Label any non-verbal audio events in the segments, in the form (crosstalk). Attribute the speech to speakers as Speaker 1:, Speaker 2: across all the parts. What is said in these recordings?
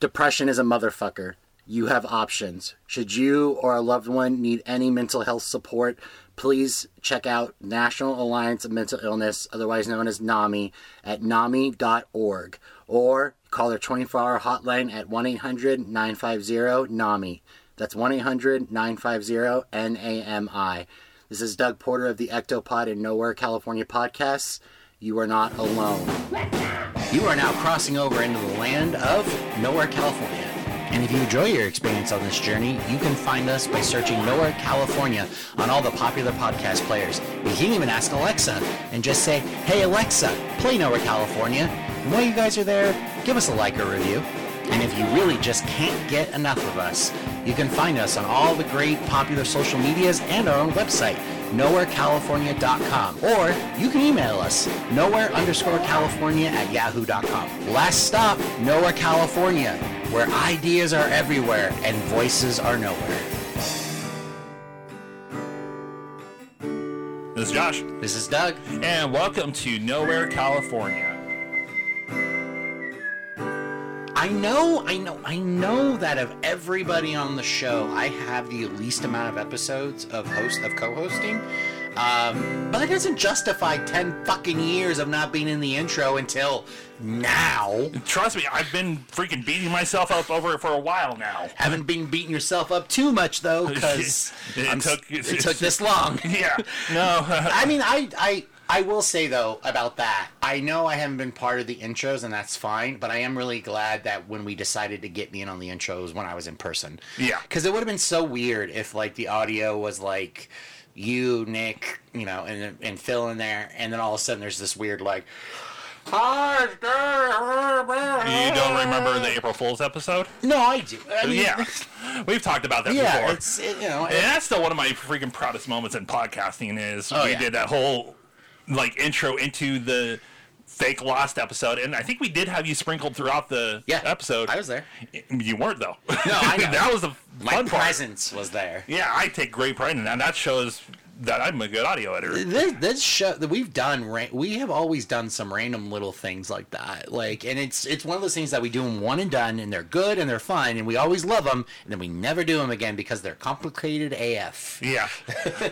Speaker 1: Depression is a motherfucker. You have options. Should you or a loved one need any mental health support, please check out National Alliance of Mental Illness, otherwise known as NAMI, at NAMI.org or call their 24 hour hotline at 1 800 950 NAMI. That's 1 800 950 NAMI. This is Doug Porter of the Ectopod in Nowhere, California podcasts. You are not alone. You are now crossing over into the land of Nowhere, California. And if you enjoy your experience on this journey, you can find us by searching Nowhere, California on all the popular podcast players. You can even ask Alexa and just say, Hey, Alexa, play Nowhere, California. And while you guys are there, give us a like or review. And if you really just can't get enough of us, you can find us on all the great popular social medias and our own website, nowherecalifornia.com. Or you can email us, nowhere underscore California at yahoo.com. Last stop, Nowhere, California, where ideas are everywhere and voices are nowhere.
Speaker 2: This is Josh,
Speaker 1: This is Doug.
Speaker 2: and welcome to Nowhere, California.
Speaker 1: I know, I know, I know that of everybody on the show, I have the least amount of episodes of host of co-hosting. Um, but that doesn't justify ten fucking years of not being in the intro until now.
Speaker 2: Trust me, I've been freaking beating myself up over it for a while now. (laughs)
Speaker 1: Haven't been beating yourself up too much though, because
Speaker 2: It took-
Speaker 1: it took this
Speaker 2: (laughs)
Speaker 1: long.
Speaker 2: Yeah, no, (laughs)
Speaker 1: I mean, I, I, I will say though about that. I know I haven't been part of the intros, and that's fine. But I am really glad that when we decided to get me in on the intros when I was in person.
Speaker 2: Yeah.
Speaker 1: Because it would have been so weird if like the audio was like you, Nick, you know, and and Phil in there, and then all of a sudden there's this weird like.
Speaker 2: you
Speaker 1: You
Speaker 2: don't remember the April Fool's episode?
Speaker 1: No, I do. I mean,
Speaker 2: Yeah, (laughs) we've talked about that
Speaker 1: Yeah,
Speaker 2: before.
Speaker 1: it's it, you know.
Speaker 2: And that's still one of my freaking proudest moments in podcasting is
Speaker 1: Oh,
Speaker 2: we
Speaker 1: yeah.
Speaker 2: did that whole like intro into the fake lost episode, and I think we did have you sprinkled throughout the
Speaker 1: Yeah,
Speaker 2: episode.
Speaker 1: I was there.
Speaker 2: You weren't though.
Speaker 1: No,
Speaker 2: (laughs)
Speaker 1: I know.
Speaker 2: that was the
Speaker 1: My
Speaker 2: fun part.
Speaker 1: presence was there.
Speaker 2: Yeah, I take great pride in that. and That shows that I'm a good audio editor.
Speaker 1: this this show that we've done ra- we have always done some random little things like that like and it's it's one of those things that we do them one and done and they're good and they're fun and we always love them and then we never do them again because they're complicated af (laughs)
Speaker 2: Yeah,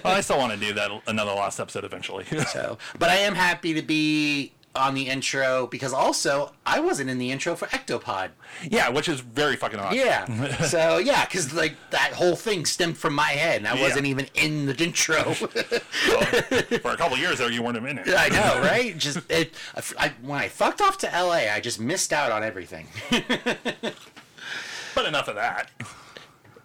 Speaker 2: well, I still want to do that another lost episode eventually. (laughs)
Speaker 1: so but i am happy to be on the intro because also i wasn't in the intro for ectopod
Speaker 2: yeah, which is very fucking
Speaker 1: (laughs)
Speaker 2: awesome.
Speaker 1: yeah so yeah because like that whole thing stemmed from my head and i
Speaker 2: Yeah.
Speaker 1: wasn't even in the intro
Speaker 2: Well, for a couple years there, you weren't a minute.
Speaker 1: I (laughs) know, right? Just it, I, when I fucked off to LA, I just missed out on everything.
Speaker 2: But enough of that.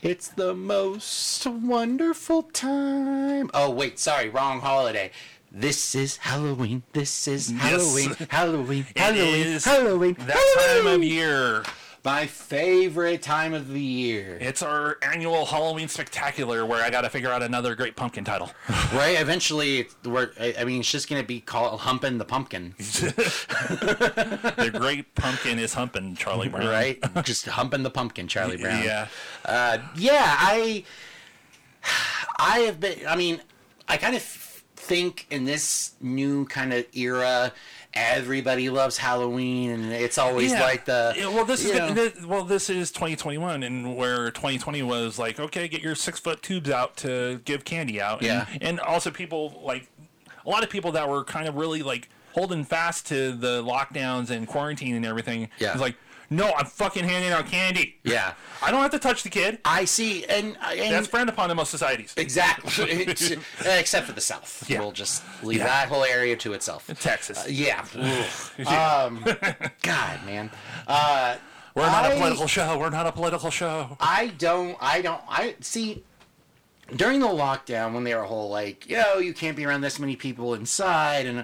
Speaker 1: It's the most wonderful time. Oh, wait, sorry, wrong holiday. This is Halloween. This is Halloween. (laughs) Halloween. Halloween.
Speaker 2: it is
Speaker 1: Halloween.
Speaker 2: that time of
Speaker 1: Halloween.
Speaker 2: year.
Speaker 1: My favorite time of the year.
Speaker 2: It's our annual Halloween spectacular where I got to figure out another great pumpkin title. (laughs)
Speaker 1: Right? Eventually, it's, we're, I I mean, it's just going to be called Humpin' the Pumpkin,
Speaker 2: the great pumpkin is humping Charlie Brown.
Speaker 1: right? just Humpin' the Pumpkin, (laughs) Charlie Brown.
Speaker 2: Yeah.
Speaker 1: yeah i i have been i mean i kind of think in this new kind of era everybody loves halloween and it's always
Speaker 2: Yeah.
Speaker 1: like the
Speaker 2: Yeah, well this is
Speaker 1: you know,
Speaker 2: this, well this is 2021 and where 2020 was like okay get your six foot tubes out to give candy out and,
Speaker 1: Yeah.
Speaker 2: and also people like a lot of people that were kind of really like holding fast to the lockdowns and quarantine and everything
Speaker 1: Yeah.
Speaker 2: it's like no I'm fucking handing out candy
Speaker 1: yeah
Speaker 2: I don't have to touch the kid
Speaker 1: i see and, and
Speaker 2: that's frowned upon in most societies (laughs)
Speaker 1: exactly It's- except for the south
Speaker 2: Yeah.
Speaker 1: we'll just leave
Speaker 2: Yeah.
Speaker 1: that whole area to itself
Speaker 2: Texas (laughs)
Speaker 1: yeah Oof. um god man
Speaker 2: we're not a
Speaker 1: I-
Speaker 2: political show we're not a political
Speaker 1: (laughs)
Speaker 2: show
Speaker 1: I don't. I don't. I see. During the lockdown, when they were whole like, yo, you can't be around this many people inside, and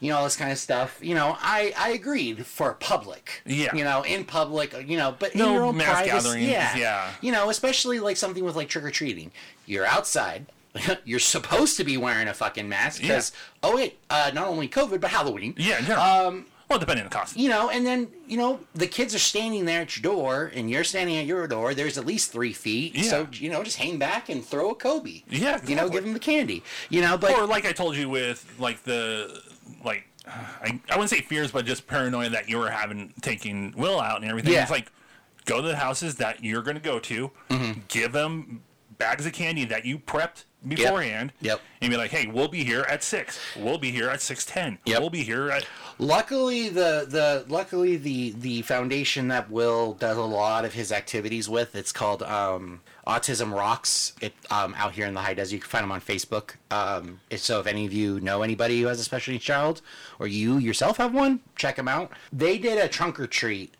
Speaker 1: you know all this kind of stuff. You know, I I agreed for public.
Speaker 2: Yeah.
Speaker 1: You know, in public. uh, You know, but
Speaker 2: No
Speaker 1: in your own
Speaker 2: mass
Speaker 1: privacy,
Speaker 2: gatherings,
Speaker 1: Yeah.
Speaker 2: yeah.
Speaker 1: You know, especially like something with like trick or treating. You're outside. (laughs) You're supposed to be wearing a fucking mask because oh wait, uh, not only COVID but Halloween
Speaker 2: yeah in general um well depending on the cost
Speaker 1: you know, and then you know the kids are standing there at your door, and you're standing at your door. There's at least three feet,
Speaker 2: Yeah.
Speaker 1: so you know, just hang back and throw a Kobe.
Speaker 2: Yeah,
Speaker 1: you know,
Speaker 2: exactly.
Speaker 1: give them the candy. You know, but
Speaker 2: or like I told you with like the like (sighs) I, I wouldn't say fears, but just paranoia that you were having taking Will out and everything.
Speaker 1: Yeah.
Speaker 2: It's like go to the houses that you're going to go to, give them bags of candy that you prepped beforehand,
Speaker 3: Mm-hmm. Yep.
Speaker 2: and be like, "Hey, we'll be here at six. We'll be here at six ten.
Speaker 3: Yep.
Speaker 2: We'll be here at."
Speaker 3: Luckily, the the luckily the the foundation that Will does a lot of his activities with it's called um, Autism Rocks. It um, out here in the high desert. You can find them on Facebook. Um, it's- so if any of you know anybody who has a special needs child, or you yourself have one, check them out. They did a trunk or treat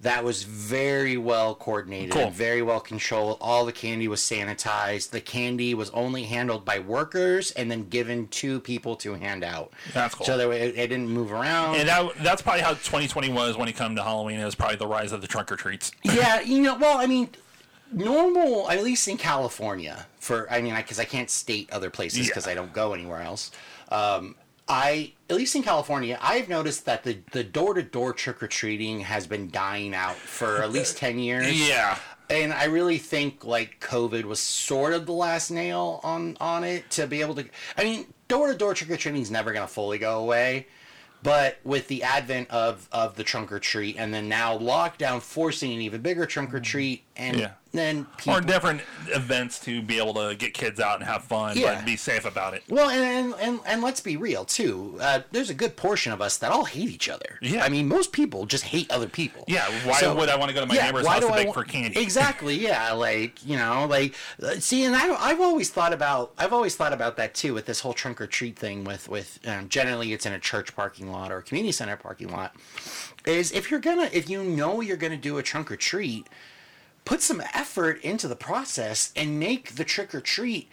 Speaker 3: that was very well coordinated
Speaker 2: Cool.
Speaker 3: and very well controlled all the candy was sanitized the candy was only handled by workers and then given to people to hand out
Speaker 2: That's cool.
Speaker 3: so there, it, it didn't move around
Speaker 2: And that, that's probably how 2020 was when it come to Halloween. It was probably the rise of the trunk or treats.
Speaker 3: yeah, you know, well, I mean, normal, at least in California, for, I mean, because I, can't state other places because
Speaker 2: Yeah.
Speaker 3: I don't go anywhere else. Um, I, at least in California, I've noticed that the, the door to door trick or treating has been dying out for at
Speaker 2: (laughs)
Speaker 3: least 10 years.
Speaker 2: Yeah.
Speaker 3: And I really think like COVID was sort of the last nail on on it to be able to. I mean, door to door trick or treating is never going to fully go away, but with the advent of of the trunk or treat, and then now lockdown forcing an even bigger trunk or treat, and
Speaker 2: Mm. Yeah.
Speaker 3: then
Speaker 2: Or
Speaker 3: people.
Speaker 2: different events to be able to get kids out and have fun,
Speaker 3: Yeah.
Speaker 2: but be safe about it.
Speaker 3: well, and, and, and, and let's be real too. Uh, there's a good portion of us that all hate each other.
Speaker 2: Yeah.
Speaker 3: I mean, most people just hate other people.
Speaker 2: Yeah, why
Speaker 3: So-
Speaker 2: would I want to go to my neighbor's
Speaker 3: why
Speaker 2: house
Speaker 3: do
Speaker 2: to
Speaker 3: I
Speaker 2: beg
Speaker 3: wa-
Speaker 2: for candy?
Speaker 3: Exactly. Yeah, like you know, like uh, see, and I, I've always thought about, I've always thought about that too with this whole trunk or treat thing. With with um, generally, it's in a church parking lot or a community center parking lot. Is if you're gonna, if you know you're gonna do a trunk or treat, put some effort into the process and make the trick or treat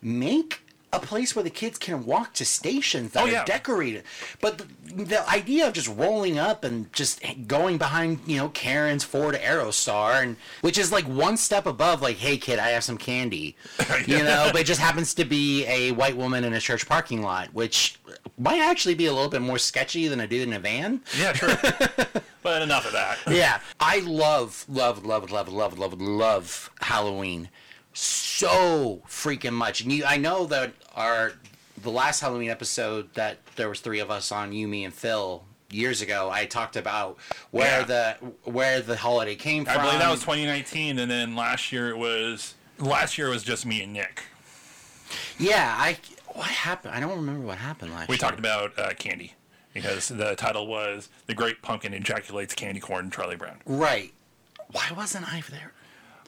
Speaker 3: make a place where the kids can walk to stations that
Speaker 2: Oh, yeah.
Speaker 3: are decorated. But the, the idea of just rolling up and just going behind, you know, Karen's Ford Aerostar, and which is like one step above, like, hey kid, I have
Speaker 2: (laughs)
Speaker 3: some candy, you know. But it just happens to be a white woman in a church parking lot, which might actually be a little bit more sketchy than a dude in a van.
Speaker 2: Yeah,
Speaker 3: (laughs)
Speaker 2: sure. but enough of that.
Speaker 3: Yeah, I love, love, love, love, love, love, love Halloween so freaking much. And you, I know that our the last Halloween episode that there was three of us on, you, me, and Phil years ago. I talked about where
Speaker 2: Yeah.
Speaker 3: the where the holiday came
Speaker 2: I
Speaker 3: from.
Speaker 2: believe that was 2019, and then last year it was last year it was just me and Nick.
Speaker 3: yeah. I what happened? I don't remember what happened last.
Speaker 2: We
Speaker 3: year.
Speaker 2: talked about uh, candy because the title was "The Great Pumpkin Ejaculates Candy Corn." Charlie Brown.
Speaker 3: right. Why wasn't I there?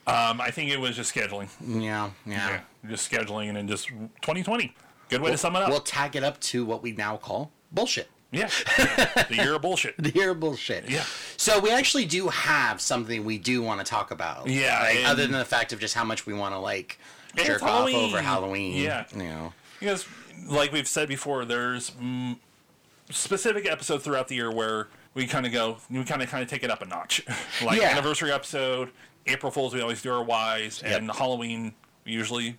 Speaker 2: Um, I think it was just scheduling,
Speaker 3: Yeah, yeah.
Speaker 2: yeah. just scheduling, and then just 2020. Good way to sum it up.
Speaker 3: We'll tag it up to what we now call bullshit.
Speaker 2: yeah, the year of
Speaker 3: (laughs)
Speaker 2: bullshit.
Speaker 3: Pure bullshit.
Speaker 2: Yeah.
Speaker 3: So we actually do have something we do want to talk about.
Speaker 2: Yeah,
Speaker 3: Like,
Speaker 2: and-
Speaker 3: other than the fact of just how much we want to like
Speaker 2: It's
Speaker 3: jerk off
Speaker 2: Halloween.
Speaker 3: over Halloween.
Speaker 2: Yeah.
Speaker 3: You know.
Speaker 2: Because, like we've said before, there's mm, specific episodes throughout the year where we kind of go, we kind of kind of take it up a notch. (laughs) like
Speaker 3: Yeah.
Speaker 2: anniversary episode, April Fools, we always do our whys, and
Speaker 3: Yep.
Speaker 2: Halloween we usually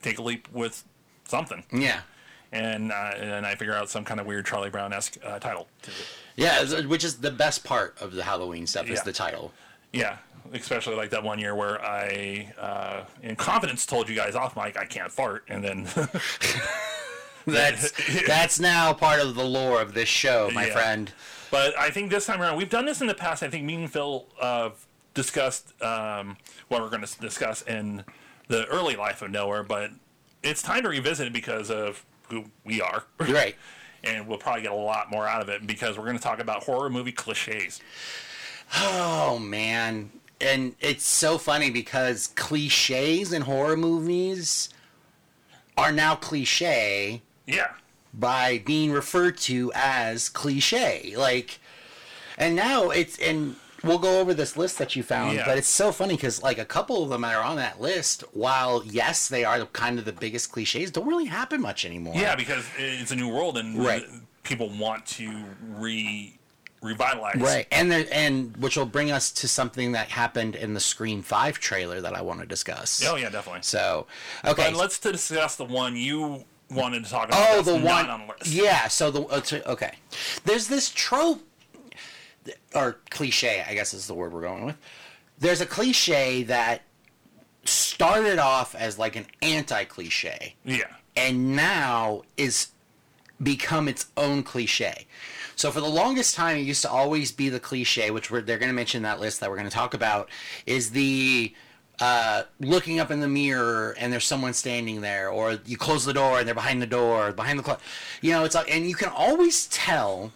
Speaker 2: take a leap with something,
Speaker 3: Yeah.
Speaker 2: and uh, and I figure out some kind of weird Charlie Brown esque uh, title. To it.
Speaker 3: Yeah, it's- uh, which is the best part of the Halloween stuff is
Speaker 2: Yeah.
Speaker 3: the
Speaker 2: (laughs)
Speaker 3: title.
Speaker 2: Yeah. Especially like that one year where I, uh, in confidence, told you guys off mic I can't fart, and then (laughs)
Speaker 3: That's that's now part of the lore of this show, my
Speaker 2: Yeah.
Speaker 3: friend.
Speaker 2: But I think this time around, we've done this in the past. I think me and Phil uh, discussed um, what we're going to discuss in the early life of nowhere, but it's time to revisit it because of who we are.
Speaker 3: You're right.
Speaker 2: And we'll probably get a lot more out of it because we're going to talk about horror movie cliches.
Speaker 3: Oh man. And it's so funny because cliches in horror movies are now cliche
Speaker 2: Yeah.
Speaker 3: by being referred to as cliche. Like, and now it's and we'll go over this list that you found,
Speaker 2: Yeah.
Speaker 3: but it's so funny because like a couple of them that are on that list, while yes, they are kind of the biggest cliches, don't really happen much anymore.
Speaker 2: Yeah, because it's a new world and
Speaker 3: Right.
Speaker 2: people want to re revitalize.
Speaker 3: Right, and there, and which will bring us to something that happened in the Scream Five trailer that I want to discuss.
Speaker 2: Oh, yeah, definitely.
Speaker 3: So, okay,
Speaker 2: And let's discuss the one you wanted to talk about.
Speaker 3: Oh,
Speaker 2: that's
Speaker 3: the
Speaker 2: not
Speaker 3: one.
Speaker 2: on the list.
Speaker 3: Yeah. So the uh, so- okay. There's this trope or cliche, I guess is the word we're going with. There's a cliche that started off as like an anti-cliche
Speaker 2: Yeah.
Speaker 3: and now is become its own cliche. So for the longest time, it used to always be the cliche, which we're, they're going to mention in that list that we're going to talk about, is the uh, looking up in the mirror and there's someone standing there, or you close the door and they're behind the door, behind the clock. You know, it's like, and you can always tell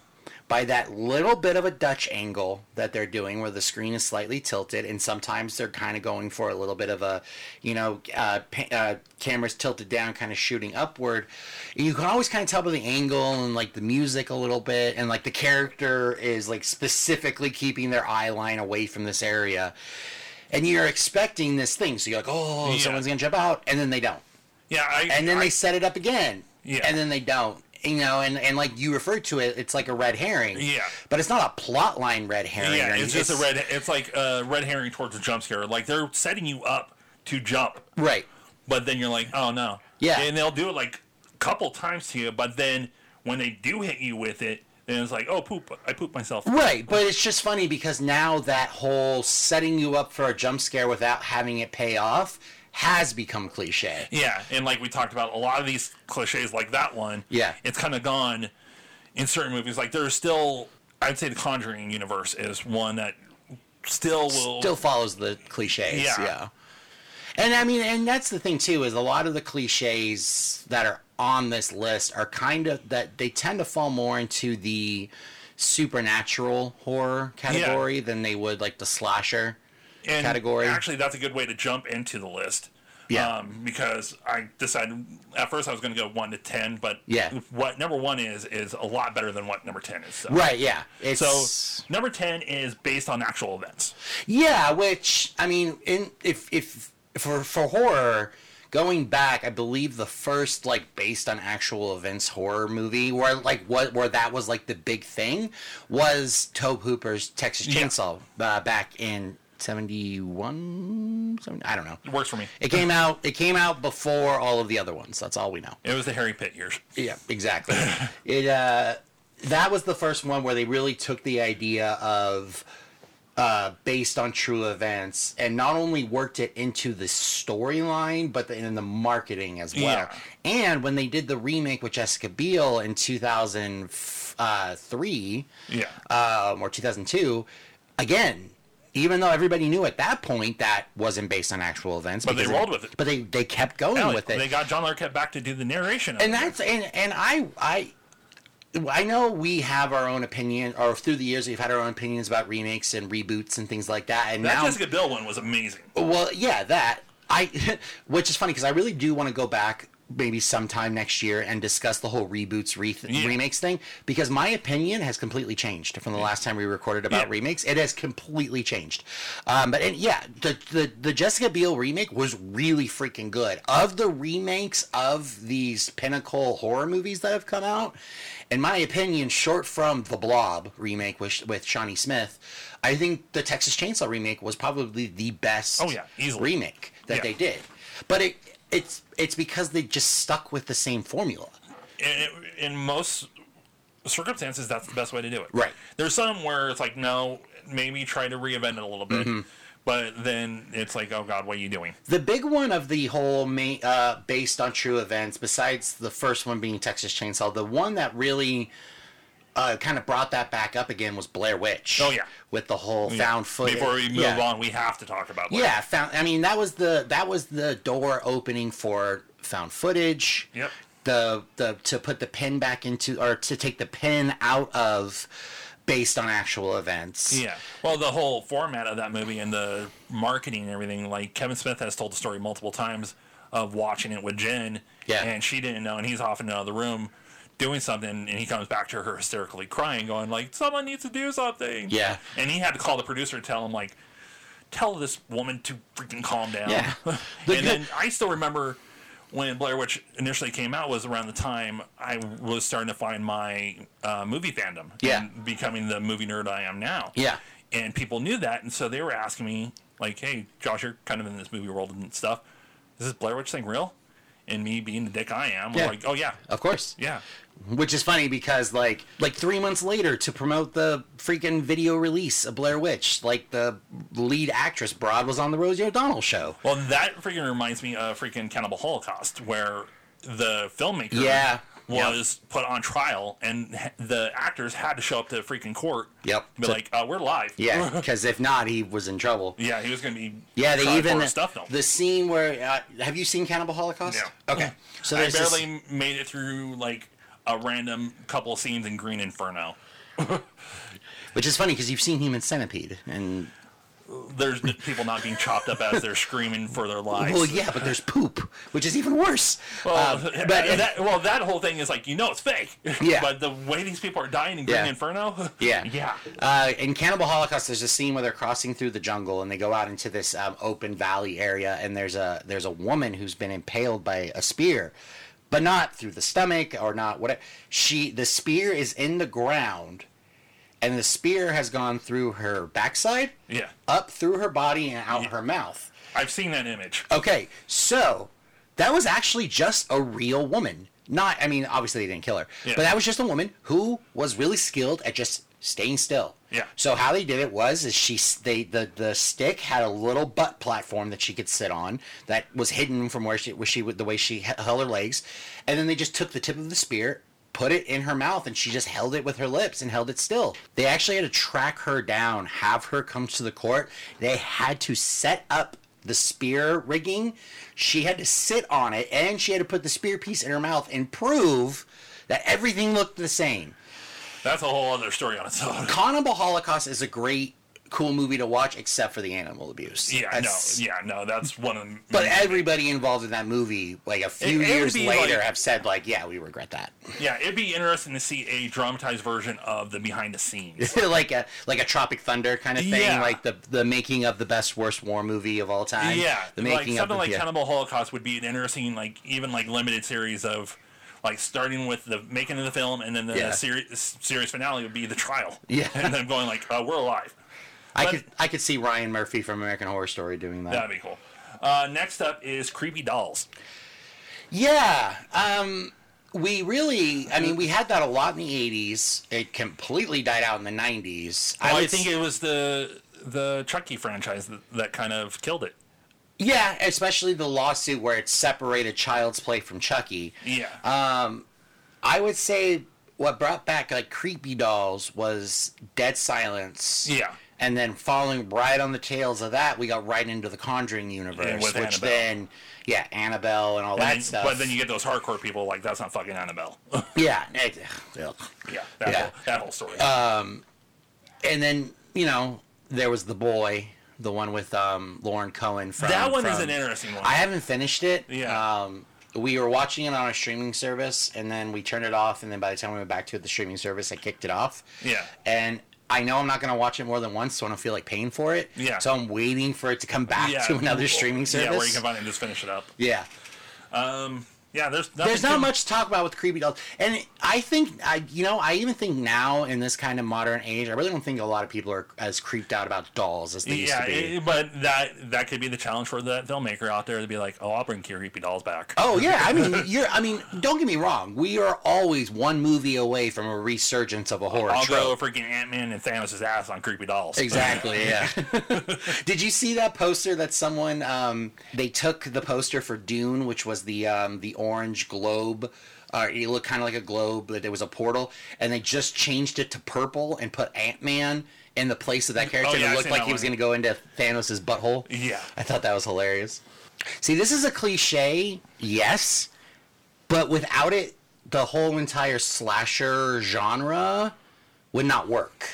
Speaker 3: by that little bit of a Dutch angle that they're doing, where the screen is slightly tilted, and sometimes they're kind of going for a little bit of a, you know, uh, pa- uh, cameras tilted down, kind of shooting upward. And you can always kind of tell by the angle and like the music a little bit, and like the character is like specifically keeping their eye line away from this area, and you're expecting this thing, so you're like, oh,
Speaker 2: Yeah.
Speaker 3: someone's gonna jump out, and then they don't
Speaker 2: Yeah, I,
Speaker 3: and then
Speaker 2: I-
Speaker 3: they set it up again.
Speaker 2: Yeah.
Speaker 3: And then they don't. You know, and, and like you referred to it, it's like a red herring.
Speaker 2: Yeah.
Speaker 3: But it's not a plot line red herring.
Speaker 2: yeah,
Speaker 3: or
Speaker 2: it's
Speaker 3: anything.
Speaker 2: just a red. It's like a red herring towards a jump scare. Like they're setting you up to jump,
Speaker 3: Right.
Speaker 2: but then you're like, oh no.
Speaker 3: Yeah.
Speaker 2: And they'll do it like a couple times to you, but then when they do hit you with it, then it's like, oh poop, I pooped myself.
Speaker 3: Right. But it's just funny because now that whole setting you up for a jump scare without having it pay off has become cliche.
Speaker 2: Yeah, and like we talked about, a lot of these cliches, like that one,
Speaker 3: Yeah.
Speaker 2: it's kind of gone in certain movies. Like there's still, I'd say, the Conjuring universe is one that still will.
Speaker 3: still follows the cliches.
Speaker 2: Yeah.
Speaker 3: Yeah. And I mean, and that's the thing too is a lot of the cliches that are on this list are kind of that they tend to fall more into the supernatural horror category than they would like the slasher.
Speaker 2: and
Speaker 3: category.
Speaker 2: Actually, that's a good way to jump into the list.
Speaker 3: Yeah.
Speaker 2: Um, because I decided at first I was going to go one to ten, but
Speaker 3: Yeah.
Speaker 2: what number one is is a lot better than what number ten is. So.
Speaker 3: Right? Yeah. It's,
Speaker 2: So number ten is based on actual events.
Speaker 3: Yeah, which I mean, in if if for for horror, going back, I believe the first like based on actual events horror movie where like what where that was like the big thing was Tobe Hooper's Texas
Speaker 2: Yeah.
Speaker 3: Chainsaw uh, back in 71 70, I don't know.
Speaker 2: It works for me.
Speaker 3: It came out it came out before all of the other ones. That's all we know.
Speaker 2: It was the Harry Pitt years.
Speaker 3: Yeah, exactly. it uh, that was the first one where they really took the idea of uh, based on true events and not only worked it into the storyline but the, in the marketing as well.
Speaker 2: Yeah.
Speaker 3: And when they did the remake with Jessica Biel in two thousand three
Speaker 2: Yeah.
Speaker 3: um, or 2002, again, even though everybody knew at that point that wasn't based on actual events,
Speaker 2: But they
Speaker 3: because
Speaker 2: rolled with it.
Speaker 3: But they they kept going
Speaker 2: Hell,
Speaker 3: with it
Speaker 2: They got John Larroquette back to do the narration. Of
Speaker 3: and
Speaker 2: it.
Speaker 3: that's and and I I I know we have our own opinion, or through the years we've had our own opinions about remakes and reboots and things like that. And
Speaker 2: that
Speaker 3: now,
Speaker 2: Jessica Biel one was amazing.
Speaker 3: well, yeah, that I, (laughs) which is funny because I really do want to go back maybe sometime next year and discuss the whole reboots re-
Speaker 2: Yeah.
Speaker 3: remakes thing because my opinion has completely changed from the last time we recorded about
Speaker 2: Yeah.
Speaker 3: remakes. It has completely changed. Um, but and yeah, the, the the Jessica Biel remake was really freaking good. Of the remakes of these pinnacle horror movies that have come out, in my opinion, short from the Blob remake with with Shawnee Smith, I think the Texas Chainsaw remake was probably the best
Speaker 2: Oh, yeah, easily.
Speaker 3: remake that
Speaker 2: Yeah.
Speaker 3: they did. But it it's it's because they just stuck with the same formula.
Speaker 2: in, in most circumstances, that's the best way to do it.
Speaker 3: Right.
Speaker 2: There's some where it's like, no, maybe try to reinvent it a little
Speaker 3: Mm-hmm.
Speaker 2: bit, but then it's like, oh god, what are you doing?
Speaker 3: The big one of the whole ma- uh, based on true events, besides the first one being Texas Chainsaw, the one that really uh, kind of brought that back up again was Blair Witch.
Speaker 2: Oh, yeah.
Speaker 3: with the whole found footage.
Speaker 2: Before we move
Speaker 3: Yeah.
Speaker 2: on, we have to talk about. Blair.
Speaker 3: Yeah, found. I mean, that was the that was the door opening for found footage.
Speaker 2: Yep.
Speaker 3: The the to put the pin back into or to take the pin out of, based on actual events.
Speaker 2: Yeah. Well, the whole format of that movie and the marketing and everything, like Kevin Smith has told the story multiple times of watching it with Jen.
Speaker 3: Yeah.
Speaker 2: And she didn't know, and he's off in another room doing something, and he comes back to her hysterically crying, going like, "Someone needs to do something."
Speaker 3: Yeah.
Speaker 2: And he had to call the producer and tell him like, "Tell this woman to freaking calm down." (laughs)
Speaker 3: Yeah.
Speaker 2: and
Speaker 3: The-
Speaker 2: then I still remember. When Blair Witch initially came out was around the time I was starting to find my uh, movie fandom
Speaker 3: Yeah.
Speaker 2: and becoming the movie nerd I am now
Speaker 3: Yeah.
Speaker 2: and people knew that, and so they were asking me, like, "Hey, Josh, you're kind of in this movie world and stuff. Is this Blair Witch thing real?" And me being the dick I am,
Speaker 3: Yeah.
Speaker 2: was like, "Oh yeah,
Speaker 3: Of course.
Speaker 2: yeah,
Speaker 3: Which is funny because like like three months later to promote the freaking video release of Blair Witch, like the lead actress Broad was on the Rosie O'Donnell show.
Speaker 2: Well, that freaking reminds me of freaking Cannibal Holocaust, where the filmmaker
Speaker 3: Yeah.
Speaker 2: was put on trial, and h- the actors had to show up to freaking court.
Speaker 3: Yep.
Speaker 2: Be
Speaker 3: So-
Speaker 2: like, uh, we're live.
Speaker 3: Yeah, (laughs) because if not, he was in trouble.
Speaker 2: Yeah, he was going to be.
Speaker 3: Yeah, they
Speaker 2: tried
Speaker 3: even
Speaker 2: for stuff film.
Speaker 3: the scene where uh, have you seen Cannibal Holocaust?
Speaker 2: No. (laughs)
Speaker 3: Okay, so
Speaker 2: I
Speaker 3: there's this-
Speaker 2: barely made it through like a random couple of scenes in Green Inferno.
Speaker 3: which is funny because you've seen Human Centipede, and
Speaker 2: There's n- people not being chopped up as they're screaming for their lives.
Speaker 3: well, yeah, but there's poop, which is even worse.
Speaker 2: Well,
Speaker 3: Um,
Speaker 2: th-
Speaker 3: but
Speaker 2: (laughs) that, well, that whole thing is like you know it's fake.
Speaker 3: Yeah.
Speaker 2: but the way these people are dying in Green
Speaker 3: Yeah.
Speaker 2: Inferno.
Speaker 3: Yeah.
Speaker 2: Yeah.
Speaker 3: Uh, in Cannibal Holocaust, there's a scene where they're crossing through the jungle and they go out into this um, open valley area, and there's a there's a woman who's been impaled by a spear, but not through the stomach or not what she the spear is in the ground, and the spear has gone through her backside,
Speaker 2: Yeah.
Speaker 3: up through her body and out her mouth.
Speaker 2: I've seen that image.
Speaker 3: Okay, so that was actually just a real woman. Not, I mean, obviously they didn't kill her,
Speaker 2: Yeah.
Speaker 3: but that was just a woman who was really skilled at just staying still.
Speaker 2: Yeah.
Speaker 3: So how they did it was is she s- they the the stick had a little butt platform that she could sit on that was hidden from where she was she would- the way she h- held her legs, and then they just took the tip of the spear. Put it in her mouth, and she just held it with her lips and held it still. They actually had to track her down, have her come to the court. They had to set up the spear rigging. She had to sit on it and she had to put the spear piece in her mouth and prove that everything looked the same.
Speaker 2: That's a whole other story on its own.
Speaker 3: Cannibal Holocaust is a great, cool movie to watch, except for the animal abuse.
Speaker 2: Yeah,
Speaker 3: That's-
Speaker 2: no, yeah, no. That's one of. the-
Speaker 3: But everybody involved in that movie, like a few
Speaker 2: It- it would
Speaker 3: years
Speaker 2: be
Speaker 3: later,
Speaker 2: like-
Speaker 3: have said, like, yeah, we regret that. (laughs)
Speaker 2: yeah, it'd be interesting to see a dramatized version of the behind the scenes.
Speaker 3: like a like a Tropic Thunder kind of thing,
Speaker 2: Yeah.
Speaker 3: like the the making of the best worst war movie of all time.
Speaker 2: yeah,
Speaker 3: the
Speaker 2: like
Speaker 3: making
Speaker 2: something
Speaker 3: of the,
Speaker 2: like
Speaker 3: yeah.
Speaker 2: Cannibal Holocaust would be an interesting, like even like limited series of, like starting with the making of the film and then the
Speaker 3: Yeah.
Speaker 2: series series finale would be the trial.
Speaker 3: Yeah.
Speaker 2: (laughs) and then going like, uh, we're alive.
Speaker 3: I
Speaker 2: but-
Speaker 3: could I could see Ryan Murphy from American Horror Story doing that.
Speaker 2: That'd be cool. Uh, next up is Creepy Dolls.
Speaker 3: Yeah. Um, we really, I mean, we had that a lot in the 80s. It completely died out in the 90s.
Speaker 2: Well, Oh, I
Speaker 3: would
Speaker 2: think
Speaker 3: s-
Speaker 2: it was the the Chucky franchise that, that kind of killed it.
Speaker 3: Yeah, especially the lawsuit where it separated Child's Play from Chucky.
Speaker 2: Yeah,
Speaker 3: Uh, I would say what brought back like creepy dolls was Dead Silence.
Speaker 2: Yeah.
Speaker 3: And then following right on the tails of that, we got right into the Conjuring universe,
Speaker 2: And with
Speaker 3: which
Speaker 2: Annabelle.
Speaker 3: then, yeah, Annabelle and all
Speaker 2: And
Speaker 3: that
Speaker 2: then-
Speaker 3: stuff.
Speaker 2: But then you get those hardcore people like that's not fucking Annabelle. (laughs)
Speaker 3: yeah, it- ugh.
Speaker 2: yeah, that,
Speaker 3: Yeah. Uh,
Speaker 2: Whole, that whole story.
Speaker 3: and then you know there was the boy, the one with um, Lauren Cohen. From,
Speaker 2: that one is
Speaker 3: from-
Speaker 2: an interesting one.
Speaker 3: I haven't finished it.
Speaker 2: Yeah.
Speaker 3: Um, we were watching it on a streaming service, and then we turned it off. And then by the time we went back to it, the streaming service, I kicked it off.
Speaker 2: Yeah.
Speaker 3: And I know I'm not going to watch it more than once, so I don't feel like paying for it.
Speaker 2: Yeah.
Speaker 3: So I'm waiting for it to come back
Speaker 2: yeah,
Speaker 3: to another streaming service.
Speaker 2: Yeah, where you can find it and just finish it up.
Speaker 3: yeah.
Speaker 2: Yeah, there's nothing
Speaker 3: There's not
Speaker 2: to-
Speaker 3: much to talk about with creepy dolls, and I think I, you know, I even think now in this kind of modern age, I really don't think a lot of people are as creeped out about dolls as they used
Speaker 2: Yeah,
Speaker 3: to be.
Speaker 2: it- but that that could be the challenge for that filmmaker out there to be like, oh, I'll bring creepy dolls back.
Speaker 3: Oh yeah, I mean, you're. I mean, don't get me wrong. We are always one movie away from a resurgence of a horror
Speaker 2: I'll
Speaker 3: trope.
Speaker 2: go freaking Ant Man and Thanos' ass on creepy dolls.
Speaker 3: Exactly. Yeah. (laughs) Did you see that poster that someone um, they took the poster for Dune, which was the um, the orange globe, or it looked kind of like a globe, but it was a portal, and they just changed it to purple and put Ant Man in the place of that character.
Speaker 2: Oh, yeah,
Speaker 3: and
Speaker 2: I've
Speaker 3: it looked
Speaker 2: seen
Speaker 3: like
Speaker 2: that
Speaker 3: he was
Speaker 2: one.
Speaker 3: going to go into Thanos' butthole.
Speaker 2: Yeah.
Speaker 3: I thought that was hilarious. See, this is a cliche, yes, but without it, the whole entire slasher genre would not work.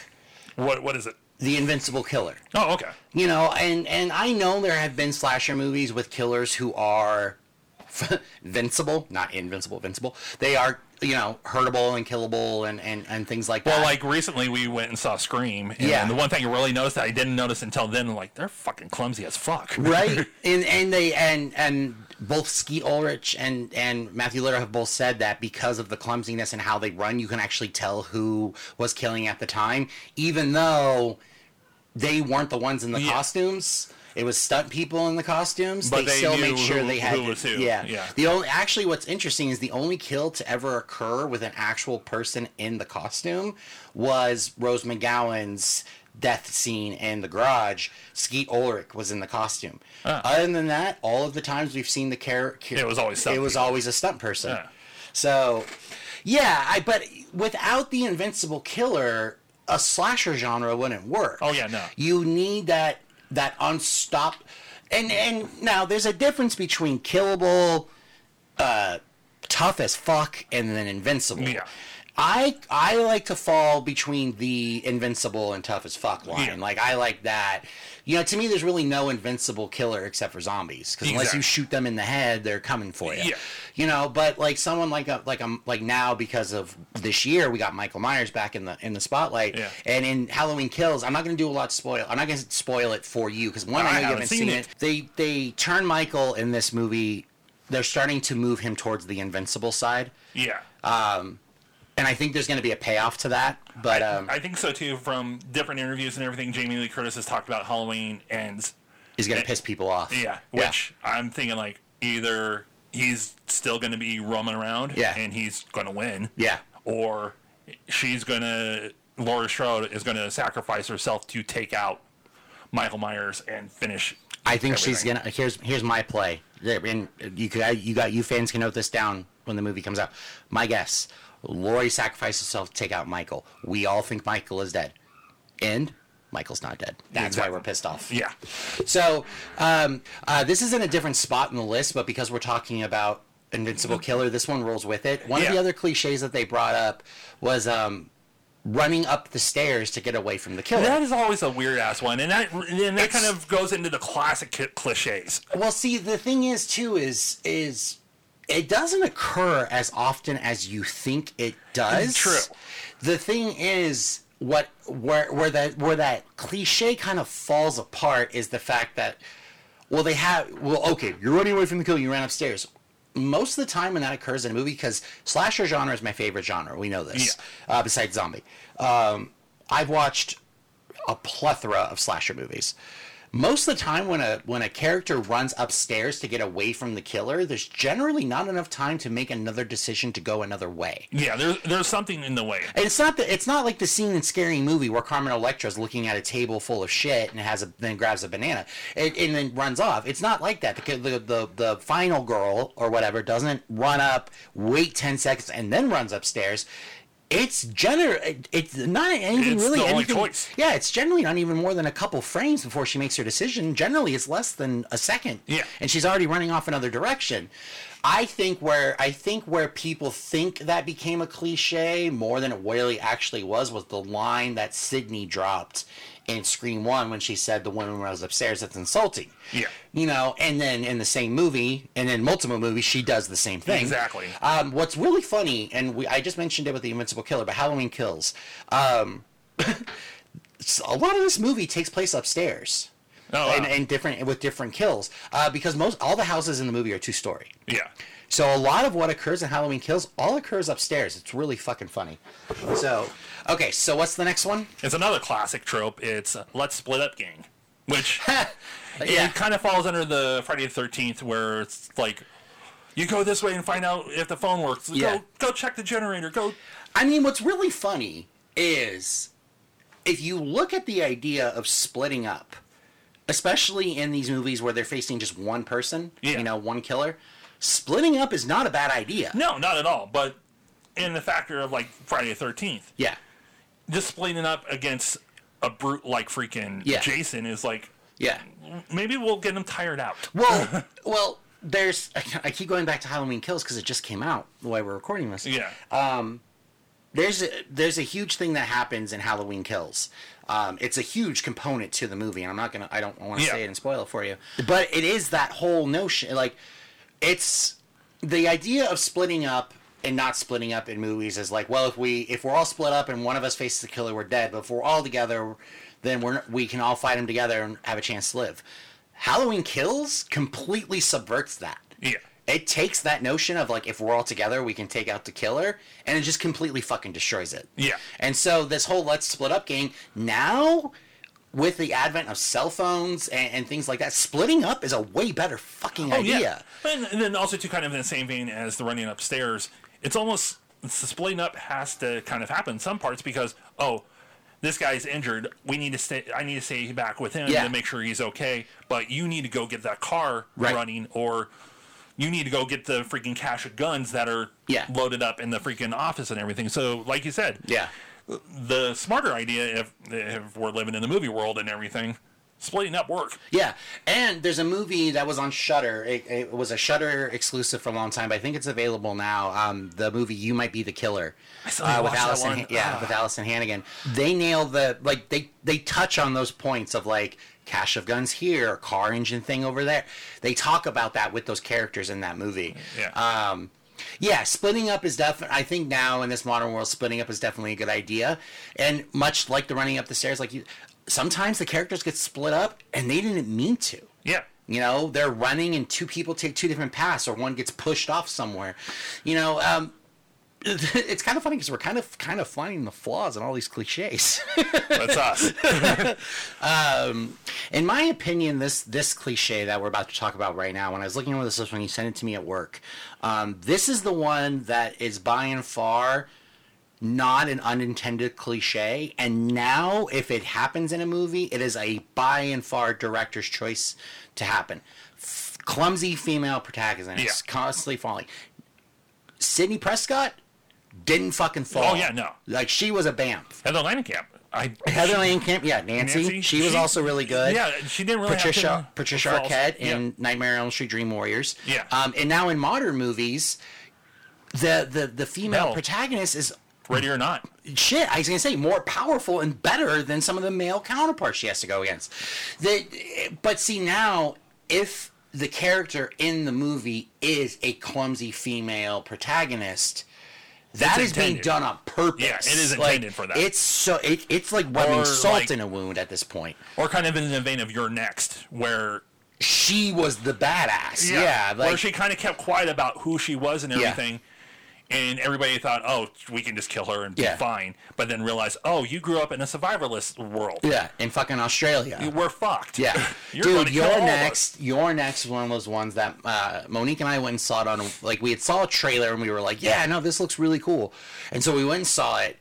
Speaker 2: What what is it?
Speaker 3: The Invincible Killer
Speaker 2: Oh, okay.
Speaker 3: you know and and i know there have been slasher movies with killers who are (laughs) invincible not invincible invincible they are you know hurtable and killable and and, and things like
Speaker 2: Well,
Speaker 3: that
Speaker 2: like recently we went and saw Scream, and
Speaker 3: Yeah.
Speaker 2: the one thing I really noticed that I didn't notice until then, like they're fucking clumsy as fuck. (laughs)
Speaker 3: right and and they and and both Skeet Ulrich and and Matthew Litter have both said that because of the clumsiness and how they run, you can actually tell who was killing at the time, even though they weren't the ones in the
Speaker 2: Yeah.
Speaker 3: costumes. It was stunt people in the costumes.
Speaker 2: But
Speaker 3: they,
Speaker 2: they
Speaker 3: still
Speaker 2: knew
Speaker 3: made sure
Speaker 2: who-
Speaker 3: they had
Speaker 2: who was who.
Speaker 3: Yeah.
Speaker 2: Yeah.
Speaker 3: The only actually what's interesting is the only kill to ever occur with an actual person in the costume was Rose McGowan's death scene in the garage. Skeet Ulrich was in the costume. Other than that, all of the times we've seen the character,
Speaker 2: Ah. It was always stunt
Speaker 3: it was
Speaker 2: people. Ah.
Speaker 3: always a stunt person.
Speaker 2: Yeah.
Speaker 3: So, yeah, I but without the invincible killer, a slasher genre wouldn't work.
Speaker 2: Oh, yeah, no.
Speaker 3: You need that that unstop and and now there's a difference between killable tough as fuck and then invincible.
Speaker 2: Yeah.
Speaker 3: I I like to fall between the invincible and tough as fuck line.
Speaker 2: Yeah.
Speaker 3: Like I like that. You know, to me, there's really no invincible killer except for zombies. Because unless
Speaker 2: Exactly.
Speaker 3: you shoot them in the head, they're coming for you.
Speaker 2: Yeah.
Speaker 3: You know, but like someone like a, like um like now because of this year, we got Michael Myers back in the in the spotlight.
Speaker 2: Yeah.
Speaker 3: And in Halloween Kills, I'm not going to do a lot to spoil. I'm not going to spoil it for you because one,
Speaker 2: I
Speaker 3: I know you
Speaker 2: haven't
Speaker 3: haven't seen,
Speaker 2: seen
Speaker 3: it.
Speaker 2: it.
Speaker 3: They they turn Michael in this movie. They're starting to move him towards the invincible side,
Speaker 2: Yeah.
Speaker 3: Uh, and I think there's going to be a payoff to that. But um,
Speaker 2: I think so too. From different interviews and everything, Jamie Lee Curtis has talked about Halloween ends.
Speaker 3: he's going to piss people off.
Speaker 2: Yeah, which I'm thinking like either he's still going to be roaming around,
Speaker 3: Yeah.
Speaker 2: and he's going to win,
Speaker 3: yeah,
Speaker 2: or she's going to Laura Strode is going to sacrifice herself to take out Michael Myers and finish.
Speaker 3: I think she's
Speaker 2: everything.
Speaker 3: gonna. Here's here's my play, There, and you could you got you fans can note this down when the movie comes out. My guess: Lori sacrificed herself to take out Michael. We all think Michael is dead, and Michael's not dead. That's
Speaker 2: Exactly.
Speaker 3: why we're pissed off.
Speaker 2: Yeah,
Speaker 3: So um, uh, this is in a different spot in the list, but because we're talking about Invincible Killer, this one rolls with it. One of the
Speaker 2: Yeah.
Speaker 3: other cliches that they brought up was um, running up the stairs to get away from the killer.
Speaker 2: that is always a weird ass one, and that and that kind of goes into the classic cl- cliches.
Speaker 3: Well, see, the thing is too is is it doesn't occur as often as you think it does.
Speaker 2: True.
Speaker 3: The thing is what where where that where that cliche kind of falls apart is the fact that well they have well okay you're running away from the killer you ran upstairs most of the time when that occurs in a movie because slasher genre is my favorite genre we know this uh, besides zombie um, I've watched a plethora of slasher movies. Most of the time, when a when a character runs upstairs to get away from the killer, there's generally not enough time to make another decision to go another way.
Speaker 2: Yeah, there's there's something in the way.
Speaker 3: And it's not that it's not like the scene in Scary Movie where Carmen Electra is looking at a table full of shit and has a then grabs a banana and, and then runs off. It's not like that. The, the the the final girl or whatever doesn't run up, wait ten seconds, and then runs upstairs. It's gener. it- It's not anything
Speaker 2: It's
Speaker 3: really.
Speaker 2: the only
Speaker 3: anything-
Speaker 2: choice.
Speaker 3: Yeah, it's generally not even more than a couple frames before she makes her decision. Generally, it's less than a second.
Speaker 2: Yeah.
Speaker 3: And she's already running off another direction. I think where I think where people think that became a cliche more than it really actually was was the line that Sydney dropped in Scream One when she said the woman was upstairs that's insulting.
Speaker 2: Yeah.
Speaker 3: You know, and then in the same movie and in multiple movies she does the same thing.
Speaker 2: Exactly.
Speaker 3: Um, what's really funny, and we, I just mentioned it with the Invincible Killer, but Halloween Kills. Um, (laughs) s- a lot of this movie takes place upstairs,
Speaker 2: Oh, wow.
Speaker 3: and, and different with different kills, uh, because most all the houses in the movie are two story.
Speaker 2: yeah,
Speaker 3: So a lot of what occurs in Halloween Kills all occurs upstairs. It's really fucking funny. So okay, so what's the next one?
Speaker 2: it's another classic trope. It's uh, let's split up, gang, which.
Speaker 3: (laughs) yeah.
Speaker 2: It kind of falls under the Friday the Thirteenth, where it's like you go this way and find out if the phone works.
Speaker 3: Yeah.
Speaker 2: Go go check the generator. Go.
Speaker 3: I mean, what's really funny is if you look at the idea of splitting up, especially in these movies where they're facing just one person,
Speaker 2: Yeah.
Speaker 3: you know, one killer, splitting up is not a bad idea.
Speaker 2: No, not at all. But in the factor of like Friday the Thirteenth,
Speaker 3: Yeah.
Speaker 2: just splitting up against a brute like freaking
Speaker 3: Yeah.
Speaker 2: Jason is like
Speaker 3: Yeah.
Speaker 2: maybe we'll get him tired out.
Speaker 3: Well, (laughs) well, there's. I keep going back to Halloween Kills because it just came out while we're recording this.
Speaker 2: Yeah.
Speaker 3: there's a, there's a huge thing that happens in Halloween Kills. Um, it's a huge component to the movie, and I'm not gonna I don't want to
Speaker 2: Yeah.
Speaker 3: say it and spoil it for you. But it is that whole notion, like it's the idea of splitting up and not splitting up in movies is like, well, if we if we're all split up and one of us faces the killer, we're dead. But if we're all together, then we're we can all fight him together and have a chance to live. Halloween Kills completely subverts that
Speaker 2: yeah.
Speaker 3: it takes that notion of like if we're all together we can take out the killer and it just completely fucking destroys it
Speaker 2: Yeah.
Speaker 3: and so this whole let's split up gang now with the advent of cell phones and, and things like that splitting up is a way better fucking
Speaker 2: Oh,
Speaker 3: idea
Speaker 2: And, and then also too, kind of in the same vein as the running upstairs, it's almost it's the splitting up has to kind of happen in some parts because oh, this guy's injured. We need to stay. I need to stay back with him
Speaker 3: Yeah.
Speaker 2: to make sure he's okay. But you need to go get that car
Speaker 3: Right.
Speaker 2: running or you need to go get the freaking cache of guns that are
Speaker 3: Yeah.
Speaker 2: loaded up in the freaking office and everything. So, like you said,
Speaker 3: Yeah.
Speaker 2: the smarter idea, if, if we're living in the movie world and everything, splitting up work.
Speaker 3: Yeah, and there's a movie that was on Shutter. It, it was a Shutter exclusive for a long time, but I think it's available now. Um, the movie "You Might Be the Killer" uh,
Speaker 2: saw you watch that
Speaker 3: Allison,
Speaker 2: one.
Speaker 3: yeah,
Speaker 2: Ah.
Speaker 3: with Allison Hannigan. They nail the like they they touch on those points of like cache of guns here, car engine thing over there. They talk about that with those characters in that movie.
Speaker 2: Yeah.
Speaker 3: Um, yeah, splitting up is definitely. I think now in this modern world, splitting up is definitely a good idea. And much like the running up the stairs, like you, sometimes the characters get split up and they didn't mean to.
Speaker 2: Yeah.
Speaker 3: You know, they're running and two people take two different paths, or one gets pushed off somewhere. You know, um, (laughs) it's kind of funny because we're kind of kind of finding the flaws in all these cliches. (laughs)
Speaker 2: That's us.
Speaker 3: in my opinion, this this cliche that we're about to talk about right now, when I was looking over this list when you sent it to me at work, um, this is the one that is by and far not an unintended cliche. And now, if it happens in a movie, it is a by and far director's choice to happen. F- clumsy female protagonist
Speaker 2: Yeah.
Speaker 3: constantly falling. Sydney Prescott didn't fucking fall.
Speaker 2: Oh, yeah, no.
Speaker 3: Like she was a bamf.
Speaker 2: Heather Langenkamp. I,
Speaker 3: Heather Langenkamp, yeah, Nancy,
Speaker 2: Nancy,
Speaker 3: she was
Speaker 2: she-
Speaker 3: also really good.
Speaker 2: Yeah, she didn't really have to-
Speaker 3: Patricia Patricia
Speaker 2: falls.
Speaker 3: Arquette
Speaker 2: Yeah.
Speaker 3: in Nightmare on Elm Street Dream Warriors.
Speaker 2: Yeah.
Speaker 3: Um, and now in modern movies, the the the female
Speaker 2: Mel.
Speaker 3: protagonist is
Speaker 2: Ready or Not.
Speaker 3: shit. I was gonna say more powerful and better than some of the male counterparts she has to go against. The, but see now if the character in the movie is a clumsy female protagonist. that is being
Speaker 2: intended.
Speaker 3: done on purpose.
Speaker 2: Yeah, it is
Speaker 3: Like,
Speaker 2: intended for that.
Speaker 3: It's so it, it's like rubbing
Speaker 2: Or,
Speaker 3: salt
Speaker 2: like-
Speaker 3: in a wound at this point.
Speaker 2: Or kind of in the vein of You're Next, where
Speaker 3: She was the badass. Yeah,
Speaker 2: where
Speaker 3: like
Speaker 2: she kind of kept quiet about who she was and
Speaker 3: Yeah.
Speaker 2: everything. And everybody thought, oh, we can just kill her and be
Speaker 3: Yeah.
Speaker 2: fine. But then realized, oh, you grew up in a survivalist world.
Speaker 3: Yeah, in fucking Australia.
Speaker 2: We're fucked.
Speaker 3: Yeah,
Speaker 2: (laughs) You're gonna
Speaker 3: dude,
Speaker 2: kill all
Speaker 3: your
Speaker 2: of us.
Speaker 3: next, your next is one of those ones that uh, Monique and I went and saw it on. Like we had saw a trailer and we were like, yeah, no, this looks really cool, and so we went and saw it.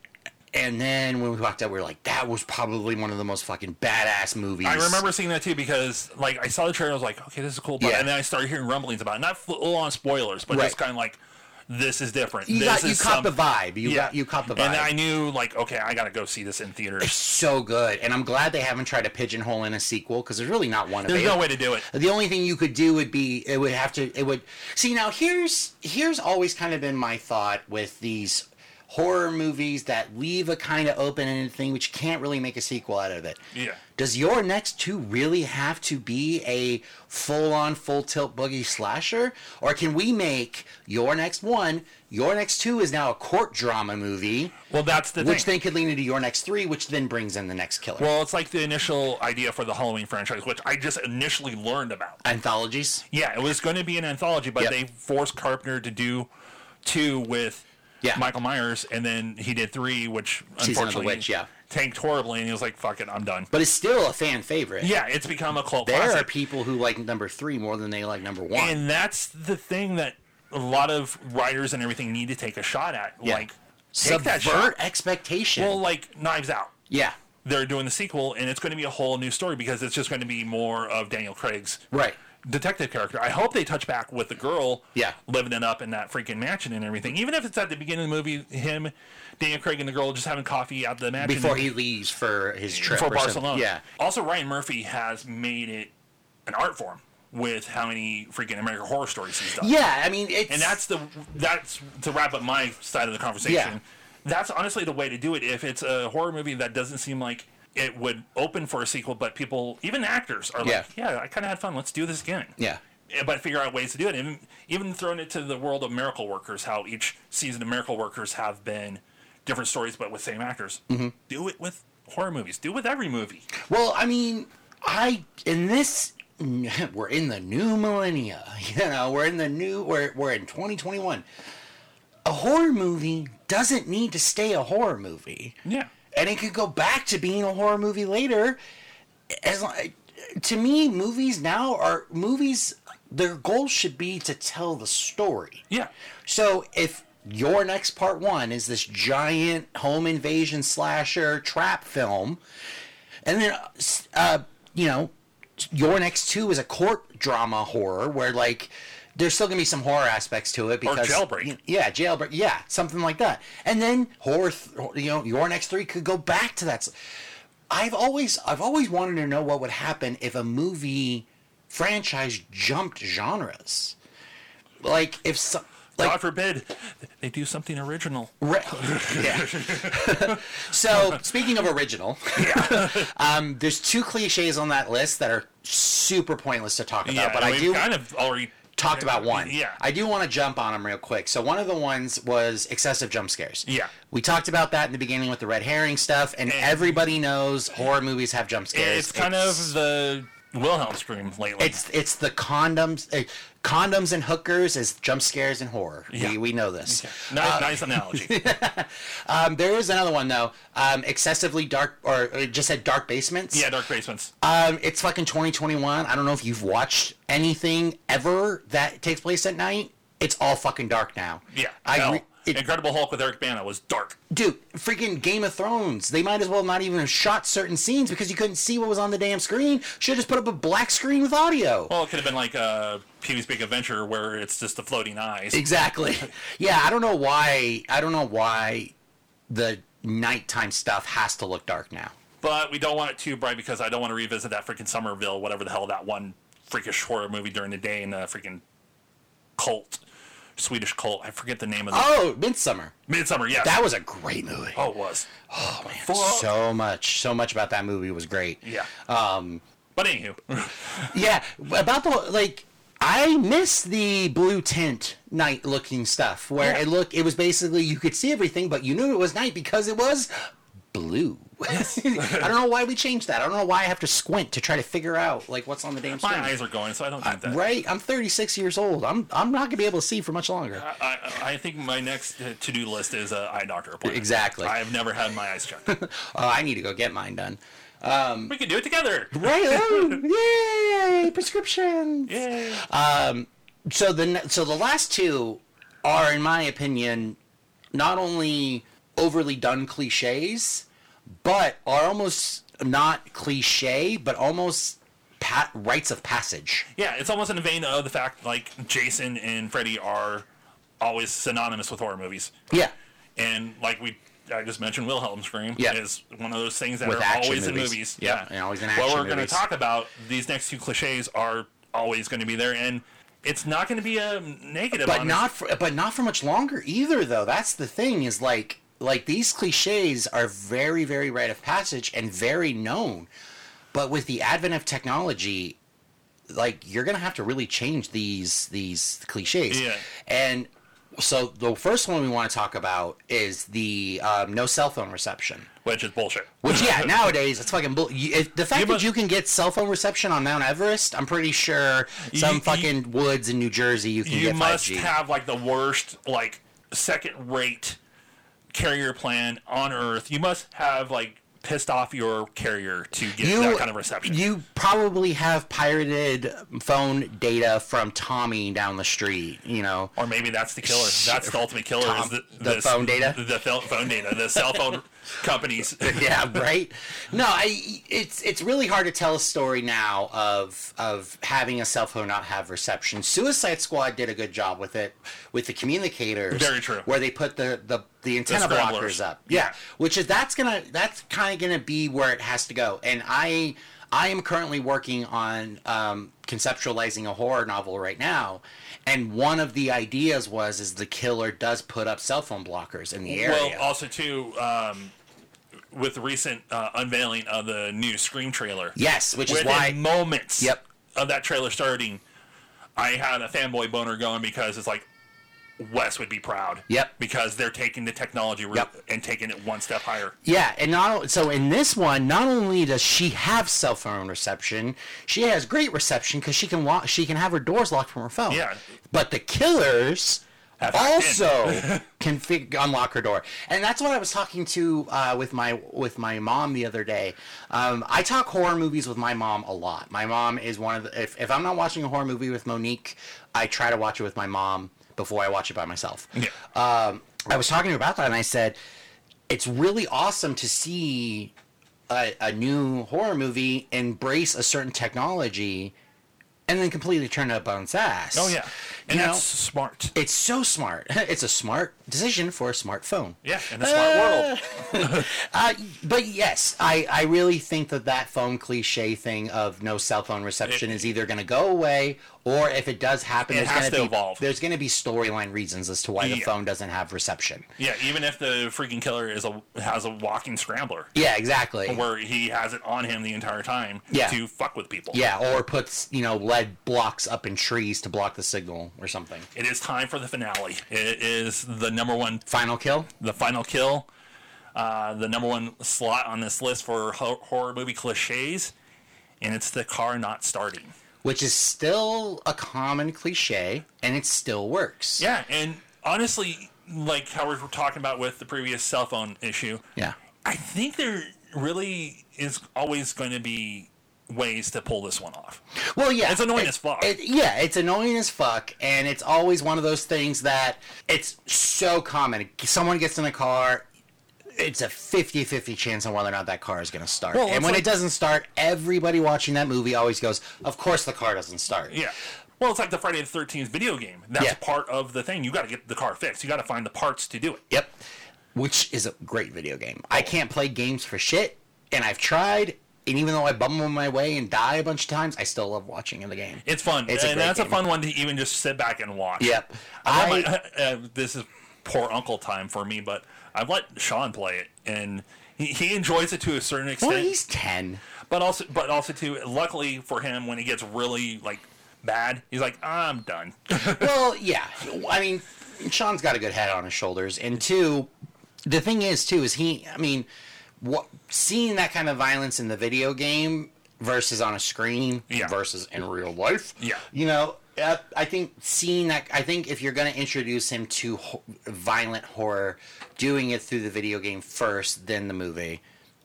Speaker 3: And then when we walked out, we were like, that was probably one of the most fucking badass movies.
Speaker 2: I remember seeing that too because, like, I saw the trailer. I was like, okay, this is cool. But,
Speaker 3: Yeah.
Speaker 2: And then I started hearing rumblings about it. Not full on spoilers, but
Speaker 3: Right.
Speaker 2: just kind of like, this is different.
Speaker 3: you
Speaker 2: this
Speaker 3: got you
Speaker 2: is
Speaker 3: caught
Speaker 2: some-
Speaker 3: the vibe. You got you caught the vibe.
Speaker 2: And I knew, like, okay, I got to go see this in theaters.
Speaker 3: so good, and I'm glad they haven't tried to pigeonhole in a sequel because there's really not one.
Speaker 2: There's
Speaker 3: available.
Speaker 2: no way to do it.
Speaker 3: the only thing you could do would be it would have to it would see now here's here's always kind of been my thought with these horror movies that leave a kind of open-ended thing which can't really make a sequel out of it
Speaker 2: Yeah.
Speaker 3: does your next two really have to be a full-on full tilt boogie slasher or can we make your next one your next two is now a court drama movie
Speaker 2: Well, that's the
Speaker 3: which
Speaker 2: thing.
Speaker 3: then could lead into your next three which then brings in the next killer
Speaker 2: Well, it's like the initial idea for the Halloween franchise, which I just initially learned about.
Speaker 3: anthologies
Speaker 2: Yeah, it was going to be an anthology, but
Speaker 3: Yep.
Speaker 2: they forced Carpenter to do two with
Speaker 3: Yeah.
Speaker 2: Michael Myers, and then he did three, which
Speaker 3: Season of the
Speaker 2: unfortunately
Speaker 3: Witch, yeah.
Speaker 2: tanked horribly, and he was like, "Fuck it, I'm done."
Speaker 3: but it's still a fan favorite
Speaker 2: yeah, it's become a cult
Speaker 3: there are
Speaker 2: classic,
Speaker 3: people who like number three more than they like number one.
Speaker 2: and that's the thing that a lot of writers and everything need to take a shot at. Like, take that
Speaker 3: Subvert
Speaker 2: shot.
Speaker 3: expectation.
Speaker 2: Well, like Knives Out.
Speaker 3: yeah,
Speaker 2: They're doing the sequel, and it's going to be a whole new story because it's just going to be more of Daniel Craig's
Speaker 3: right.
Speaker 2: detective character. I hope they touch back with the girl,
Speaker 3: Yeah.
Speaker 2: living it up in that freaking mansion and everything. Even if it's at the beginning of the movie, him, Daniel Craig, and the girl just having coffee out the mansion
Speaker 3: Before he leaves for his trip
Speaker 2: for
Speaker 3: or something.
Speaker 2: Barcelona.
Speaker 3: Yeah,
Speaker 2: Also, Ryan Murphy has made it an art form with how many freaking American Horror Stories he's done.
Speaker 3: yeah. I mean, it's
Speaker 2: And that's the that's to wrap up my side of the conversation.
Speaker 3: Yeah.
Speaker 2: That's honestly the way to do it. If it's a horror movie that doesn't seem like it would open for a sequel, but people, even actors, are like, yeah, I kind of had fun. Let's do this again
Speaker 3: yeah,
Speaker 2: yeah, but figure out ways to do it. And even throwing it to the world of miracle workers, how each season of miracle workers have been different stories, but with same actors.
Speaker 3: Mm-hmm.
Speaker 2: Do it with horror movies. Do it with every movie.
Speaker 3: Well, I mean, I in this (laughs) we're in the new millennia. (laughs) You know, we're in the new we're we're in 2021. A horror movie doesn't need to stay a horror movie.
Speaker 2: Yeah.
Speaker 3: and it could go back to being a horror movie later. As long, to me, movies now are movies. Their goal should be to tell the story.
Speaker 2: Yeah.
Speaker 3: So if your next part one is this giant home invasion slasher trap film, and then uh, s- uh, you know your next two is a court drama horror where like there's still gonna be some horror aspects to it because
Speaker 2: jailbreak.
Speaker 3: y- yeah, jailbreak, yeah, something like that. And then horror, th- you know, your next three could go back to that. s- I've always I've always wanted to know what would happen if a movie franchise jumped genres, like if some. Like,
Speaker 2: God forbid they do something original. (laughs)
Speaker 3: Re- yeah. (laughs) so speaking of original, (laughs) um, there's two cliches on that list that are super pointless to talk about,
Speaker 2: yeah,
Speaker 3: but
Speaker 2: and
Speaker 3: I
Speaker 2: we've
Speaker 3: do
Speaker 2: kind of already
Speaker 3: talked about one.
Speaker 2: Yeah.
Speaker 3: I do want to jump on them real quick. So one of the ones was excessive jump scares.
Speaker 2: Yeah.
Speaker 3: we talked about that in the beginning with the red herring stuff, and, everybody knows horror movies have jump scares.
Speaker 2: it's kind of the Wilhelm scream lately.
Speaker 3: It's it's the condoms, uh, condoms and hookers as jump scares in horror.
Speaker 2: Yeah.
Speaker 3: We, we know this.
Speaker 2: nice,
Speaker 3: uh,
Speaker 2: nice
Speaker 3: (laughs)
Speaker 2: analogy.
Speaker 3: Um, there is another one though. Um, excessively dark, or it just said dark basements.
Speaker 2: yeah, dark basements.
Speaker 3: Um, it's fucking 2021. I don't know if you've watched anything ever that takes place at night. It's all fucking dark now.
Speaker 2: Yeah,
Speaker 3: I
Speaker 2: hell.
Speaker 3: agree. It,
Speaker 2: Incredible Hulk with Eric Bana was dark.
Speaker 3: dude, freaking Game of Thrones. They might as well not even have shot certain scenes because you couldn't see what was on the damn screen. Should have just put up a black screen with audio.
Speaker 2: Well, it could have been like uh, Pee Wee's Big Adventure where it's just the floating eyes.
Speaker 3: Exactly.
Speaker 2: (laughs)
Speaker 3: Yeah, I don't know why. I don't know why the nighttime stuff has to look dark now.
Speaker 2: but we don't want it too bright because I don't want to revisit that freaking Somerville, whatever the hell that one freakish horror movie during the day in a freaking cult, Swedish cult. I forget the name of the
Speaker 3: Oh, Midsummer.
Speaker 2: Midsummer. Yes,
Speaker 3: That was a great movie.
Speaker 2: oh, it was.
Speaker 3: Oh, man,
Speaker 2: Fuck.
Speaker 3: so much, so much about that movie was great.
Speaker 2: Yeah.
Speaker 3: um,
Speaker 2: but anywho,
Speaker 3: Yeah, about the like, I miss the blue tint night looking stuff where
Speaker 2: Yeah.
Speaker 3: it looked. It was basically you could see everything, but you knew it was night because it was blue. (laughs) I don't know why we changed that. I don't know why I have to squint to try to figure out like what's on the damn screen.
Speaker 2: my eyes are going, so I don't think that.
Speaker 3: Right, I'm 36 years old. I'm I'm not gonna be able to see for much longer.
Speaker 2: I, I I think my next uh, to-do list is a eye doctor appointment.
Speaker 3: Exactly.
Speaker 2: I've never had my eyes checked.
Speaker 3: Oh, I need to go get
Speaker 2: (laughs)
Speaker 3: mine done.
Speaker 2: we can do it
Speaker 3: (laughs)
Speaker 2: together.
Speaker 3: Right? Oh, yay! Prescriptions.
Speaker 2: Yay.
Speaker 3: So the ne- so the last two are, in my opinion, not only overly done cliches, but are almost not cliche, but almost pa- rites of passage.
Speaker 2: Yeah, it's almost in the vein of the fact like Jason and Freddy are always synonymous with horror movies.
Speaker 3: Yeah.
Speaker 2: and like we I just mentioned Wilhelm Scream
Speaker 3: Yeah.
Speaker 2: is one of those things that
Speaker 3: With
Speaker 2: are
Speaker 3: action
Speaker 2: always in
Speaker 3: movies.
Speaker 2: movies.
Speaker 3: Yeah, and always in
Speaker 2: What
Speaker 3: action
Speaker 2: we're going to
Speaker 3: movies.
Speaker 2: talk about these next two cliches are always going to be there, and it's not going to be a negative.
Speaker 3: but
Speaker 2: on
Speaker 3: not for but not for much longer either though that's the thing is like like these cliches are very very rite of passage and very known but with the advent of technology like you're gonna have to really change these these cliches
Speaker 2: Yeah.
Speaker 3: and so the first one we want to talk about is the um, no cell phone reception
Speaker 2: it, which is bullshit. (laughs)
Speaker 3: which yeah nowadays it's fucking bull you, if, the fact
Speaker 2: You
Speaker 3: that
Speaker 2: must-
Speaker 3: you can get cell phone reception on mount everest i'm pretty sure some
Speaker 2: you-
Speaker 3: fucking woods in new jersey you can
Speaker 2: You
Speaker 3: get 5g
Speaker 2: must have like the worst, like second rate carrier plan on Earth. You must have like pissed off your carrier to get that kind of reception.
Speaker 3: You probably have pirated phone data from Tommy down the street. You know,
Speaker 2: Or maybe that's the killer. That's the ultimate killer.
Speaker 3: Tom,
Speaker 2: is the,
Speaker 3: the phone data?
Speaker 2: The phone phone data. The cell
Speaker 3: (laughs)
Speaker 2: phone companies.
Speaker 3: yeah, right. No, I. It's it's really hard to tell a story now of of having a cell phone not have reception. Suicide Squad did a good job with it with the communicators.
Speaker 2: Very true.
Speaker 3: Where they put the the the antenna
Speaker 2: scramblers.
Speaker 3: blockers up. Yeah, which is that's gonna that's kind of gonna be where it has to go. And I I am currently working on um, conceptualizing a horror novel right now. And one of the ideas was is the killer does put up cell phone blockers in the area.
Speaker 2: Well, uh, also too, um, with the recent uh, unveiling of the new Scream trailer.
Speaker 3: yes, which is
Speaker 2: Within
Speaker 3: why
Speaker 2: moments
Speaker 3: Yep.
Speaker 2: of that trailer starting, I had a fanboy boner going because it's like Wes would be proud.
Speaker 3: Yep.
Speaker 2: Because they're taking the technology route
Speaker 3: Yep.
Speaker 2: and taking it one step higher.
Speaker 3: Yeah, and not o- so in this one, not only does she have cell phone reception, she has great reception because she can lock, she can have her doors locked from her phone.
Speaker 2: Yeah.
Speaker 3: but the killers
Speaker 2: her in. (laughs)
Speaker 3: also (laughs) can fig- unlock her door, and that's what I was talking to uh, with my with my mom the other day. Um, I talk horror movies with my mom a lot. My mom is one of the if, if I'm not watching a horror movie with Monique, I try to watch it with my mom before I watch it by myself
Speaker 2: Yeah.
Speaker 3: um, I was talking to her about that, and I said, it's really awesome to see a, a new horror movie embrace a certain technology and then completely turn it up on its ass.
Speaker 2: Oh yeah, and
Speaker 3: you
Speaker 2: that's
Speaker 3: know,
Speaker 2: smart.
Speaker 3: it's so smart. (laughs) It's a smart decision for a smartphone.
Speaker 2: Yeah, in a smart world.
Speaker 3: Uh, but yes, I, I really think that that phone cliche thing of no cell phone reception is either going to go away, or if it does happen,
Speaker 2: It
Speaker 3: there's
Speaker 2: has
Speaker 3: going
Speaker 2: to
Speaker 3: be
Speaker 2: evolve.
Speaker 3: there's going to be storyline reasons as to why the
Speaker 2: Yeah.
Speaker 3: phone doesn't have reception.
Speaker 2: Yeah, even if the freaking killer is a has a walking scrambler
Speaker 3: Yeah, exactly.
Speaker 2: where he has it on him the entire time
Speaker 3: Yeah.
Speaker 2: to fuck with people.
Speaker 3: yeah, or puts you know lead blocks up in trees to block the signal or something.
Speaker 2: It is time for the finale. It is the number one,
Speaker 3: Final kill.
Speaker 2: the final kill, uh, the number one slot on this list for ho- horror movie cliches, and it's the car not starting.
Speaker 3: which is still a common cliche and it still works.
Speaker 2: Yeah, and honestly, like how we were talking about with the previous cell phone issue,
Speaker 3: Yeah.
Speaker 2: I think there really is always going to be ways to pull this one off.
Speaker 3: Well, yeah.
Speaker 2: It's annoying as fuck.
Speaker 3: It, yeah, it's annoying as fuck and it's always one of those things that it's so common. Someone gets in a car it's a 50-50 chance on whether or not that car is going to start.
Speaker 2: Well, it's
Speaker 3: and when
Speaker 2: like-
Speaker 3: it doesn't start, everybody watching that movie always goes, "Of course the car doesn't start."
Speaker 2: Yeah. Well, it's like the Friday the Thirteenth video game. That's
Speaker 3: Yeah.
Speaker 2: part of the thing. You got to get the car fixed. You got to find the parts to do it.
Speaker 3: Yep. Which is a great video game. I can't play games for shit, and I've tried, and even though I bumble my way and die a bunch of times, I still love watching in the game.
Speaker 2: It's fun,
Speaker 3: It's a
Speaker 2: and
Speaker 3: great
Speaker 2: that's a
Speaker 3: game.
Speaker 2: fun one to even just sit back and watch.
Speaker 3: Yep.
Speaker 2: I,
Speaker 3: I,
Speaker 2: might- (laughs) uh, this is poor uncle time for me, but I've let Sean play it, and he, he enjoys it to a certain extent.
Speaker 3: well, he's ten.
Speaker 2: But also, but also too. Luckily for him, when it gets really like bad, he's like, I'm done. (laughs)
Speaker 3: well, yeah. I mean, Sean's got a good head on his shoulders, and two, the thing is too is he. I mean, what seeing that kind of violence in the video game versus on a screen
Speaker 2: Yeah.
Speaker 3: versus in real life.
Speaker 2: Yeah.
Speaker 3: you know. Uh, I think seeing that, I think if you're going to introduce him to ho- violent horror, doing it through the video game first, then the movie,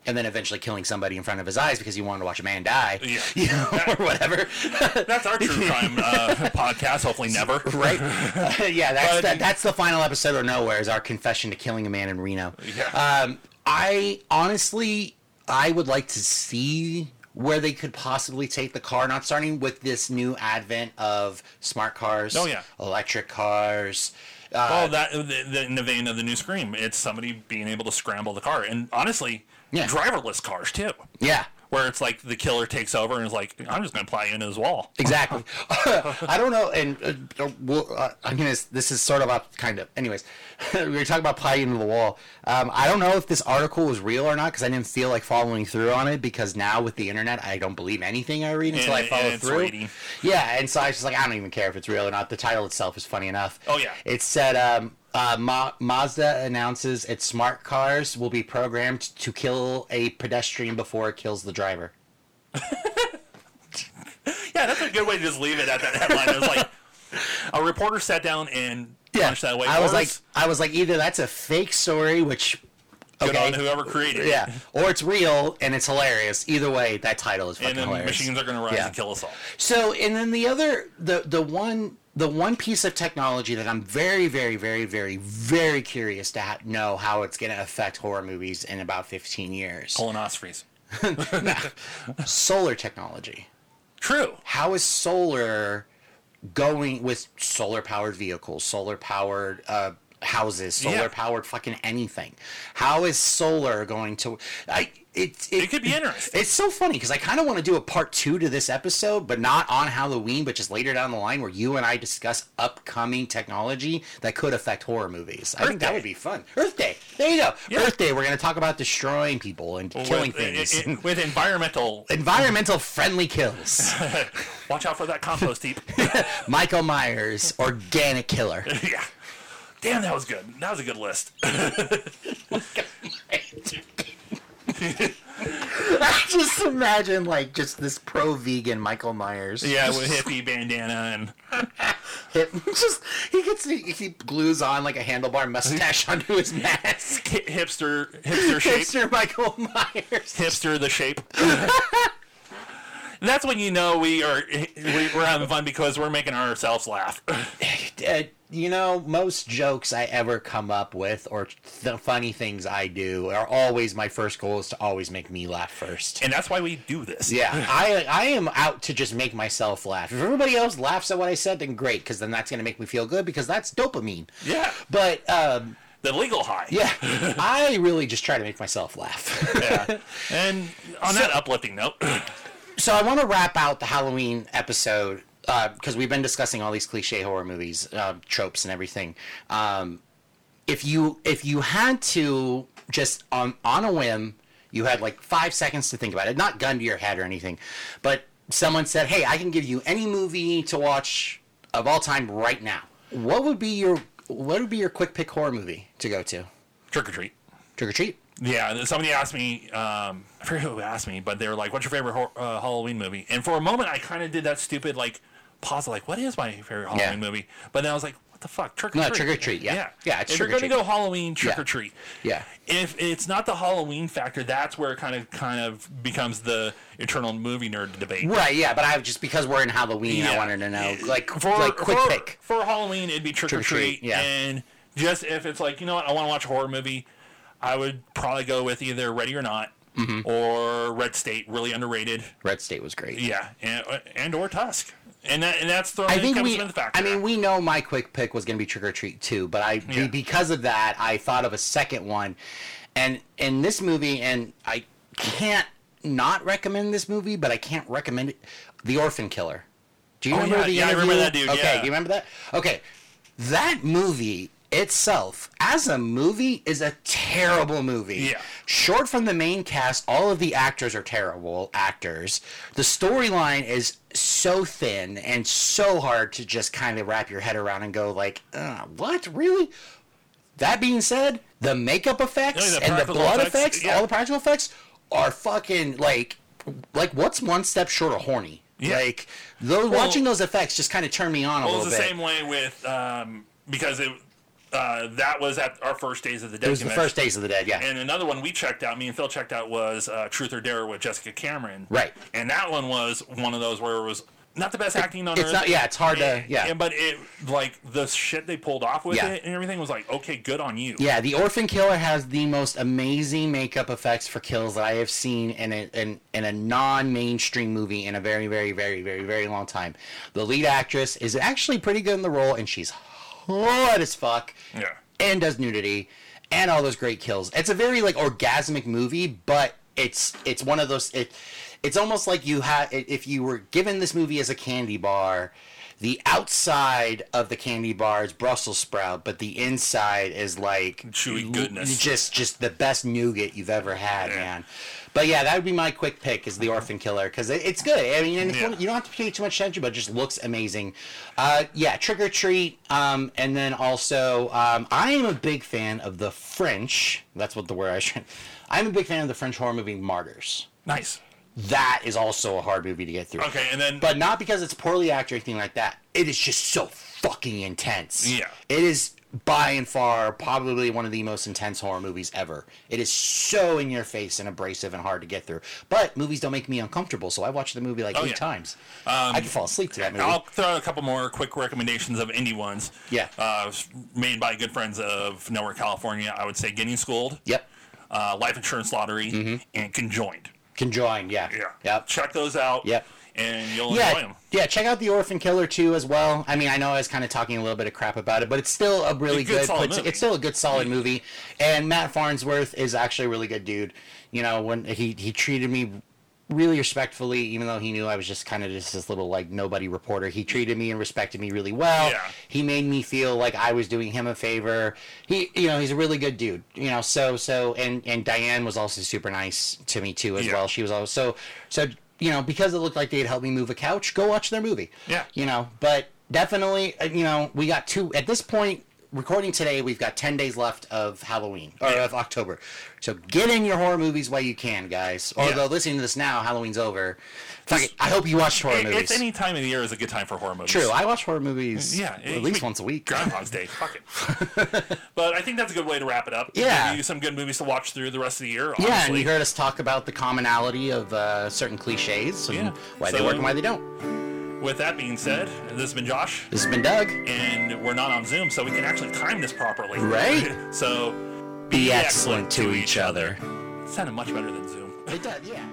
Speaker 3: and then eventually killing somebody in front of his eyes because you wanted to watch a man die,
Speaker 2: Yeah.
Speaker 3: (laughs) you know, or whatever.
Speaker 2: That's our true crime
Speaker 3: (laughs)
Speaker 2: uh, podcast. Hopefully, never. (laughs)
Speaker 3: right? (laughs) yeah, that's
Speaker 2: But-
Speaker 3: the, that's the final episode of Nowhere is our confession to killing a man in Reno.
Speaker 2: Yeah.
Speaker 3: Um, I honestly, I would like to see where they could possibly take the car, not starting with this new advent of smart cars.
Speaker 2: Oh, yeah.
Speaker 3: electric cars. Uh,
Speaker 2: Well, Oh, that the, the, in the vein of the new Scream, it's somebody being able to scramble the car, and honestly,
Speaker 3: Yeah.
Speaker 2: driverless cars too,
Speaker 3: Yeah.
Speaker 2: where it's like the killer takes over and is like, "I'm just gonna ply you into his
Speaker 3: (laughs)
Speaker 2: wall."
Speaker 3: Exactly. I don't know, and uh, we'll, uh, I'm gonna. This is sort of up, kind of. Anyways, (laughs) we were talking about pie into the wall. Um, I don't know if this article was real or not because I didn't feel like following through on it. Because now with the internet, I don't believe anything I read until
Speaker 2: And-
Speaker 3: I follow
Speaker 2: and it's
Speaker 3: through.
Speaker 2: reading.
Speaker 3: Yeah, and so I was just like, I don't even care if it's real or not. The title itself is funny enough.
Speaker 2: Oh, yeah.
Speaker 3: It said um, uh, Ma- Mazda announces its smart cars will be programmed to kill a pedestrian before it kills the driver.
Speaker 2: Yeah, that's a good way to just leave it at that headline. It was like a reporter sat down and punched that away.
Speaker 3: I was
Speaker 2: for
Speaker 3: like,
Speaker 2: us.
Speaker 3: I was like, either that's a fake story, which
Speaker 2: "Good
Speaker 3: okay,
Speaker 2: on whoever created it."
Speaker 3: yeah, or it's real and it's hilarious. Either way, that title is fucking
Speaker 2: And then
Speaker 3: hilarious.
Speaker 2: machines are gonna rise
Speaker 3: Yeah.
Speaker 2: and kill us all.
Speaker 3: So, and then the other, the the one, the one piece of technology that I'm very, very, very, very, very curious to ha- know how it's going to affect horror movies in about 15 years.
Speaker 2: Colonoscopies.
Speaker 3: Solar technology.
Speaker 2: True.
Speaker 3: How is solar going with solar powered vehicles, solar powered uh, houses, solar
Speaker 2: Yeah.
Speaker 3: powered fucking anything? How is solar going to? I it it,
Speaker 2: It could be interesting.
Speaker 3: It's so funny because I kind of want to do a part two to this episode, but not on Halloween, but just later down the line where you and I discuss upcoming technology that could affect horror movies. I think that
Speaker 2: Day.
Speaker 3: would be fun. Earth Day. There you go.
Speaker 2: Yeah. uh,
Speaker 3: Earth Day. We're going to talk about destroying people and (laughs) killing
Speaker 2: with,
Speaker 3: things.
Speaker 2: i- i- with environmental.
Speaker 3: Environmental friendly kills.
Speaker 2: Watch out for that compost heap. (laughs)
Speaker 3: Michael Myers, organic killer. (laughs)
Speaker 2: yeah. Damn, that was good. That was a good list.
Speaker 3: just imagine like just this pro vegan Michael Myers. (laughs)
Speaker 2: Yeah, with hippie bandana and
Speaker 3: Hit- just he gets he, he glues on like a
Speaker 2: (laughs)
Speaker 3: handlebar mustache onto his mask.
Speaker 2: hi- hipster, hipster (laughs) shape,
Speaker 3: Hipster Michael Myers.
Speaker 2: hipster the shape. That's when you know we are we, we're having fun because we're making ourselves laugh.
Speaker 3: (laughs) uh, you know, most jokes I ever come up with or the funny things I do are always my first goal is to always make me laugh
Speaker 2: (laughs)
Speaker 3: first.
Speaker 2: And that's why we do this.
Speaker 3: Yeah, I I am out to just make myself laugh. If everybody else laughs at what I said, then great, because then that's gonna make me feel good because that's dopamine.
Speaker 2: Yeah.
Speaker 3: But um,
Speaker 2: The legal high.
Speaker 3: yeah, I really just try to make myself laugh.
Speaker 2: Yeah. And on that uplifting note,
Speaker 3: (laughs) so I want to wrap out the Halloween episode because we've been discussing all these cliche horror movies, uh, tropes, and everything. Um, if you if you had to just on on a whim, you had like five seconds to think about it, not gun to your head or anything, but someone said, "Hey, I can give you any movie to watch of all time right now." What would be your what would be your quick pick horror movie to go to?
Speaker 2: trick or treat.
Speaker 3: Trick or treat.
Speaker 2: Yeah, somebody asked me, um, I forget who asked me, but they were like, what's your favorite hor- uh, Halloween movie? And for a moment, I kind of did that stupid, like, pause, like, what is my favorite Halloween movie? But then I was like, what the fuck? Trick or
Speaker 3: No,
Speaker 2: treat.
Speaker 3: Trick or Treat, yeah. Yeah, it's
Speaker 2: if
Speaker 3: Trick
Speaker 2: you're
Speaker 3: or
Speaker 2: going to
Speaker 3: Treat.
Speaker 2: go Halloween, trick
Speaker 3: Yeah.
Speaker 2: or treat.
Speaker 3: Yeah.
Speaker 2: If it's not the Halloween factor, that's where it kind of kind of becomes the eternal movie nerd debate.
Speaker 3: Right, yeah, but I just because we're in Halloween, I
Speaker 2: Yeah.
Speaker 3: wanted to know like
Speaker 2: for
Speaker 3: like quick
Speaker 2: for,
Speaker 3: pick.
Speaker 2: for Halloween, it'd be trick or treat.
Speaker 3: yeah.
Speaker 2: And just if it's like you know what, I want to watch a horror movie, I would probably go with either Ready or Not
Speaker 3: Mm-hmm.
Speaker 2: or Red State, really underrated.
Speaker 3: Red State was great.
Speaker 2: Yeah, and, and or Tusk, and that and that's throwing
Speaker 3: I
Speaker 2: in
Speaker 3: think
Speaker 2: Kevin
Speaker 3: we.
Speaker 2: Smith factor.
Speaker 3: I mean, we know my quick pick was going to be Trick or Treat too, but I
Speaker 2: Yeah.
Speaker 3: because of that, I thought of a second one, and in this movie, and I can't not recommend this movie, but I can't recommend it. The Orphan Killer. Do you
Speaker 2: Oh,
Speaker 3: remember
Speaker 2: yeah,
Speaker 3: the
Speaker 2: yeah, I
Speaker 3: interview?
Speaker 2: remember that dude,
Speaker 3: Okay,
Speaker 2: yeah.
Speaker 3: do you remember that? Okay, that movie itself as a movie is a terrible movie
Speaker 2: Yeah.
Speaker 3: short from the main cast all of the actors are terrible actors the storyline is so thin and so hard to just kind of wrap your head around and go like uh, what really that being said the makeup effects
Speaker 2: Yeah, the
Speaker 3: and the
Speaker 2: practical
Speaker 3: blood effects,
Speaker 2: effects, yeah.
Speaker 3: all the practical effects are fucking like like what's one step short of horny
Speaker 2: Yeah.
Speaker 3: like those watching those effects just kind of turn me on a
Speaker 2: Well, it
Speaker 3: little
Speaker 2: was the
Speaker 3: bit
Speaker 2: same way with um, because it uh, that was at our first days of the dead.
Speaker 3: it was the first days of the dead yeah
Speaker 2: And another one we checked out, me and Phil checked out was uh, Truth or Dare with Jessica Cameron.
Speaker 3: Right.
Speaker 2: And that one was one of those where it was not the best acting on
Speaker 3: it's
Speaker 2: earth.
Speaker 3: not yeah it's hard to yeah
Speaker 2: And- but it like the shit they pulled off with
Speaker 3: Yeah.
Speaker 2: it and everything was like, okay, good on you.
Speaker 3: Yeah, the Orphan Killer has the most amazing makeup effects for kills that I have seen in a in, in a non-mainstream movie in a very very very very very long time. The lead actress is actually pretty good in the role, and she's hot as fuck,
Speaker 2: Yeah.
Speaker 3: and does nudity, and all those great kills. It's a very like orgasmic movie, but it's it's one of those it. It's almost like you had if you were given this movie as a candy bar, the outside of the candy bar is Brussels sprout, but the inside is like
Speaker 2: Chewy
Speaker 3: l-
Speaker 2: goodness.
Speaker 3: Just just the best nougat you've ever had, man. But yeah, that would be my quick pick is the Orphan Killer because it, it's good. I mean, and it's
Speaker 2: Yeah.
Speaker 3: one- you don't have to pay too much attention, but it just looks amazing. Uh, yeah, Trick or Treat, um, and then also um, I am a big fan of the French. That's what the word I should. I'm a big fan of the French horror movie Martyrs.
Speaker 2: Nice.
Speaker 3: That is also a hard movie to get through
Speaker 2: Okay, and then
Speaker 3: but not because it's poorly acted or anything like that. It is just so fucking intense.
Speaker 2: Yeah.
Speaker 3: It is by and far probably one of the most intense horror movies ever. It is so in your face and abrasive and hard to get through. But movies don't make me uncomfortable, so I watch the movie like eight
Speaker 2: Oh, yeah. Um,
Speaker 3: times. I can fall asleep to that movie.
Speaker 2: I'll throw out a couple more quick recommendations of indie ones.
Speaker 3: Yeah.
Speaker 2: Uh, made by good friends of Nowhere, California. I would say Getting Schooled,
Speaker 3: yep.
Speaker 2: uh, Life Insurance Lottery, and Conjoined.
Speaker 3: Conjoined, yeah.
Speaker 2: Yeah.
Speaker 3: Mm-hmm. Yep.
Speaker 2: Check those out.
Speaker 3: Yep.
Speaker 2: And you'll enjoy
Speaker 3: Yeah,
Speaker 2: them.
Speaker 3: yeah, check out The Orphan Killer too as well. I mean, I know I was kind of talking a little bit of crap about it, but it's still a really
Speaker 2: It's a good,
Speaker 3: good,
Speaker 2: solid
Speaker 3: put-
Speaker 2: movie.
Speaker 3: it's still a good solid movie. And Matt Farnsworth is actually a really good dude. You know, when he he treated me really respectfully, even though he knew I was just kind of just this little like nobody reporter, he treated me and respected me really well.
Speaker 2: Yeah.
Speaker 3: He made me feel like I was doing him a favor. He you know, he's a really good dude. You know, so so and and Diane was also super nice to me too as
Speaker 2: Yeah.
Speaker 3: well. She was always so so you know, because it looked like they had helped me move a couch, go watch their movie.
Speaker 2: Yeah.
Speaker 3: You know, but definitely, uh, you know, we got two at this point. Recording today, we've got ten days left of Halloween or
Speaker 2: Yeah.
Speaker 3: of October. So get in your horror movies while you can, guys. Although
Speaker 2: Yeah.
Speaker 3: listening to this now, Halloween's over. Fuck it. I hope you watched horror
Speaker 2: It-
Speaker 3: movies.
Speaker 2: It's any time of the year is a good time for horror movies.
Speaker 3: True, I watch horror movies.
Speaker 2: Yeah, it
Speaker 3: at
Speaker 2: can
Speaker 3: least
Speaker 2: be
Speaker 3: once a week.
Speaker 2: Groundhog's Day. Fuck it.
Speaker 3: (laughs)
Speaker 2: but I think that's a good way to wrap it up.
Speaker 3: Yeah.
Speaker 2: Give you some good movies to watch through the rest of the year.
Speaker 3: Yeah, and
Speaker 2: obviously.
Speaker 3: you heard us talk about the commonality of uh, certain cliches and
Speaker 2: Yeah.
Speaker 3: why they
Speaker 2: So-
Speaker 3: work and why they don't.
Speaker 2: With that being said, this has been Josh,
Speaker 3: This has been Doug.
Speaker 2: and we're not on Zoom, so we can actually time this properly.
Speaker 3: Right.
Speaker 2: (laughs) so
Speaker 3: Be excellent to each other.
Speaker 2: it sounded much better than Zoom.
Speaker 3: It does, yeah.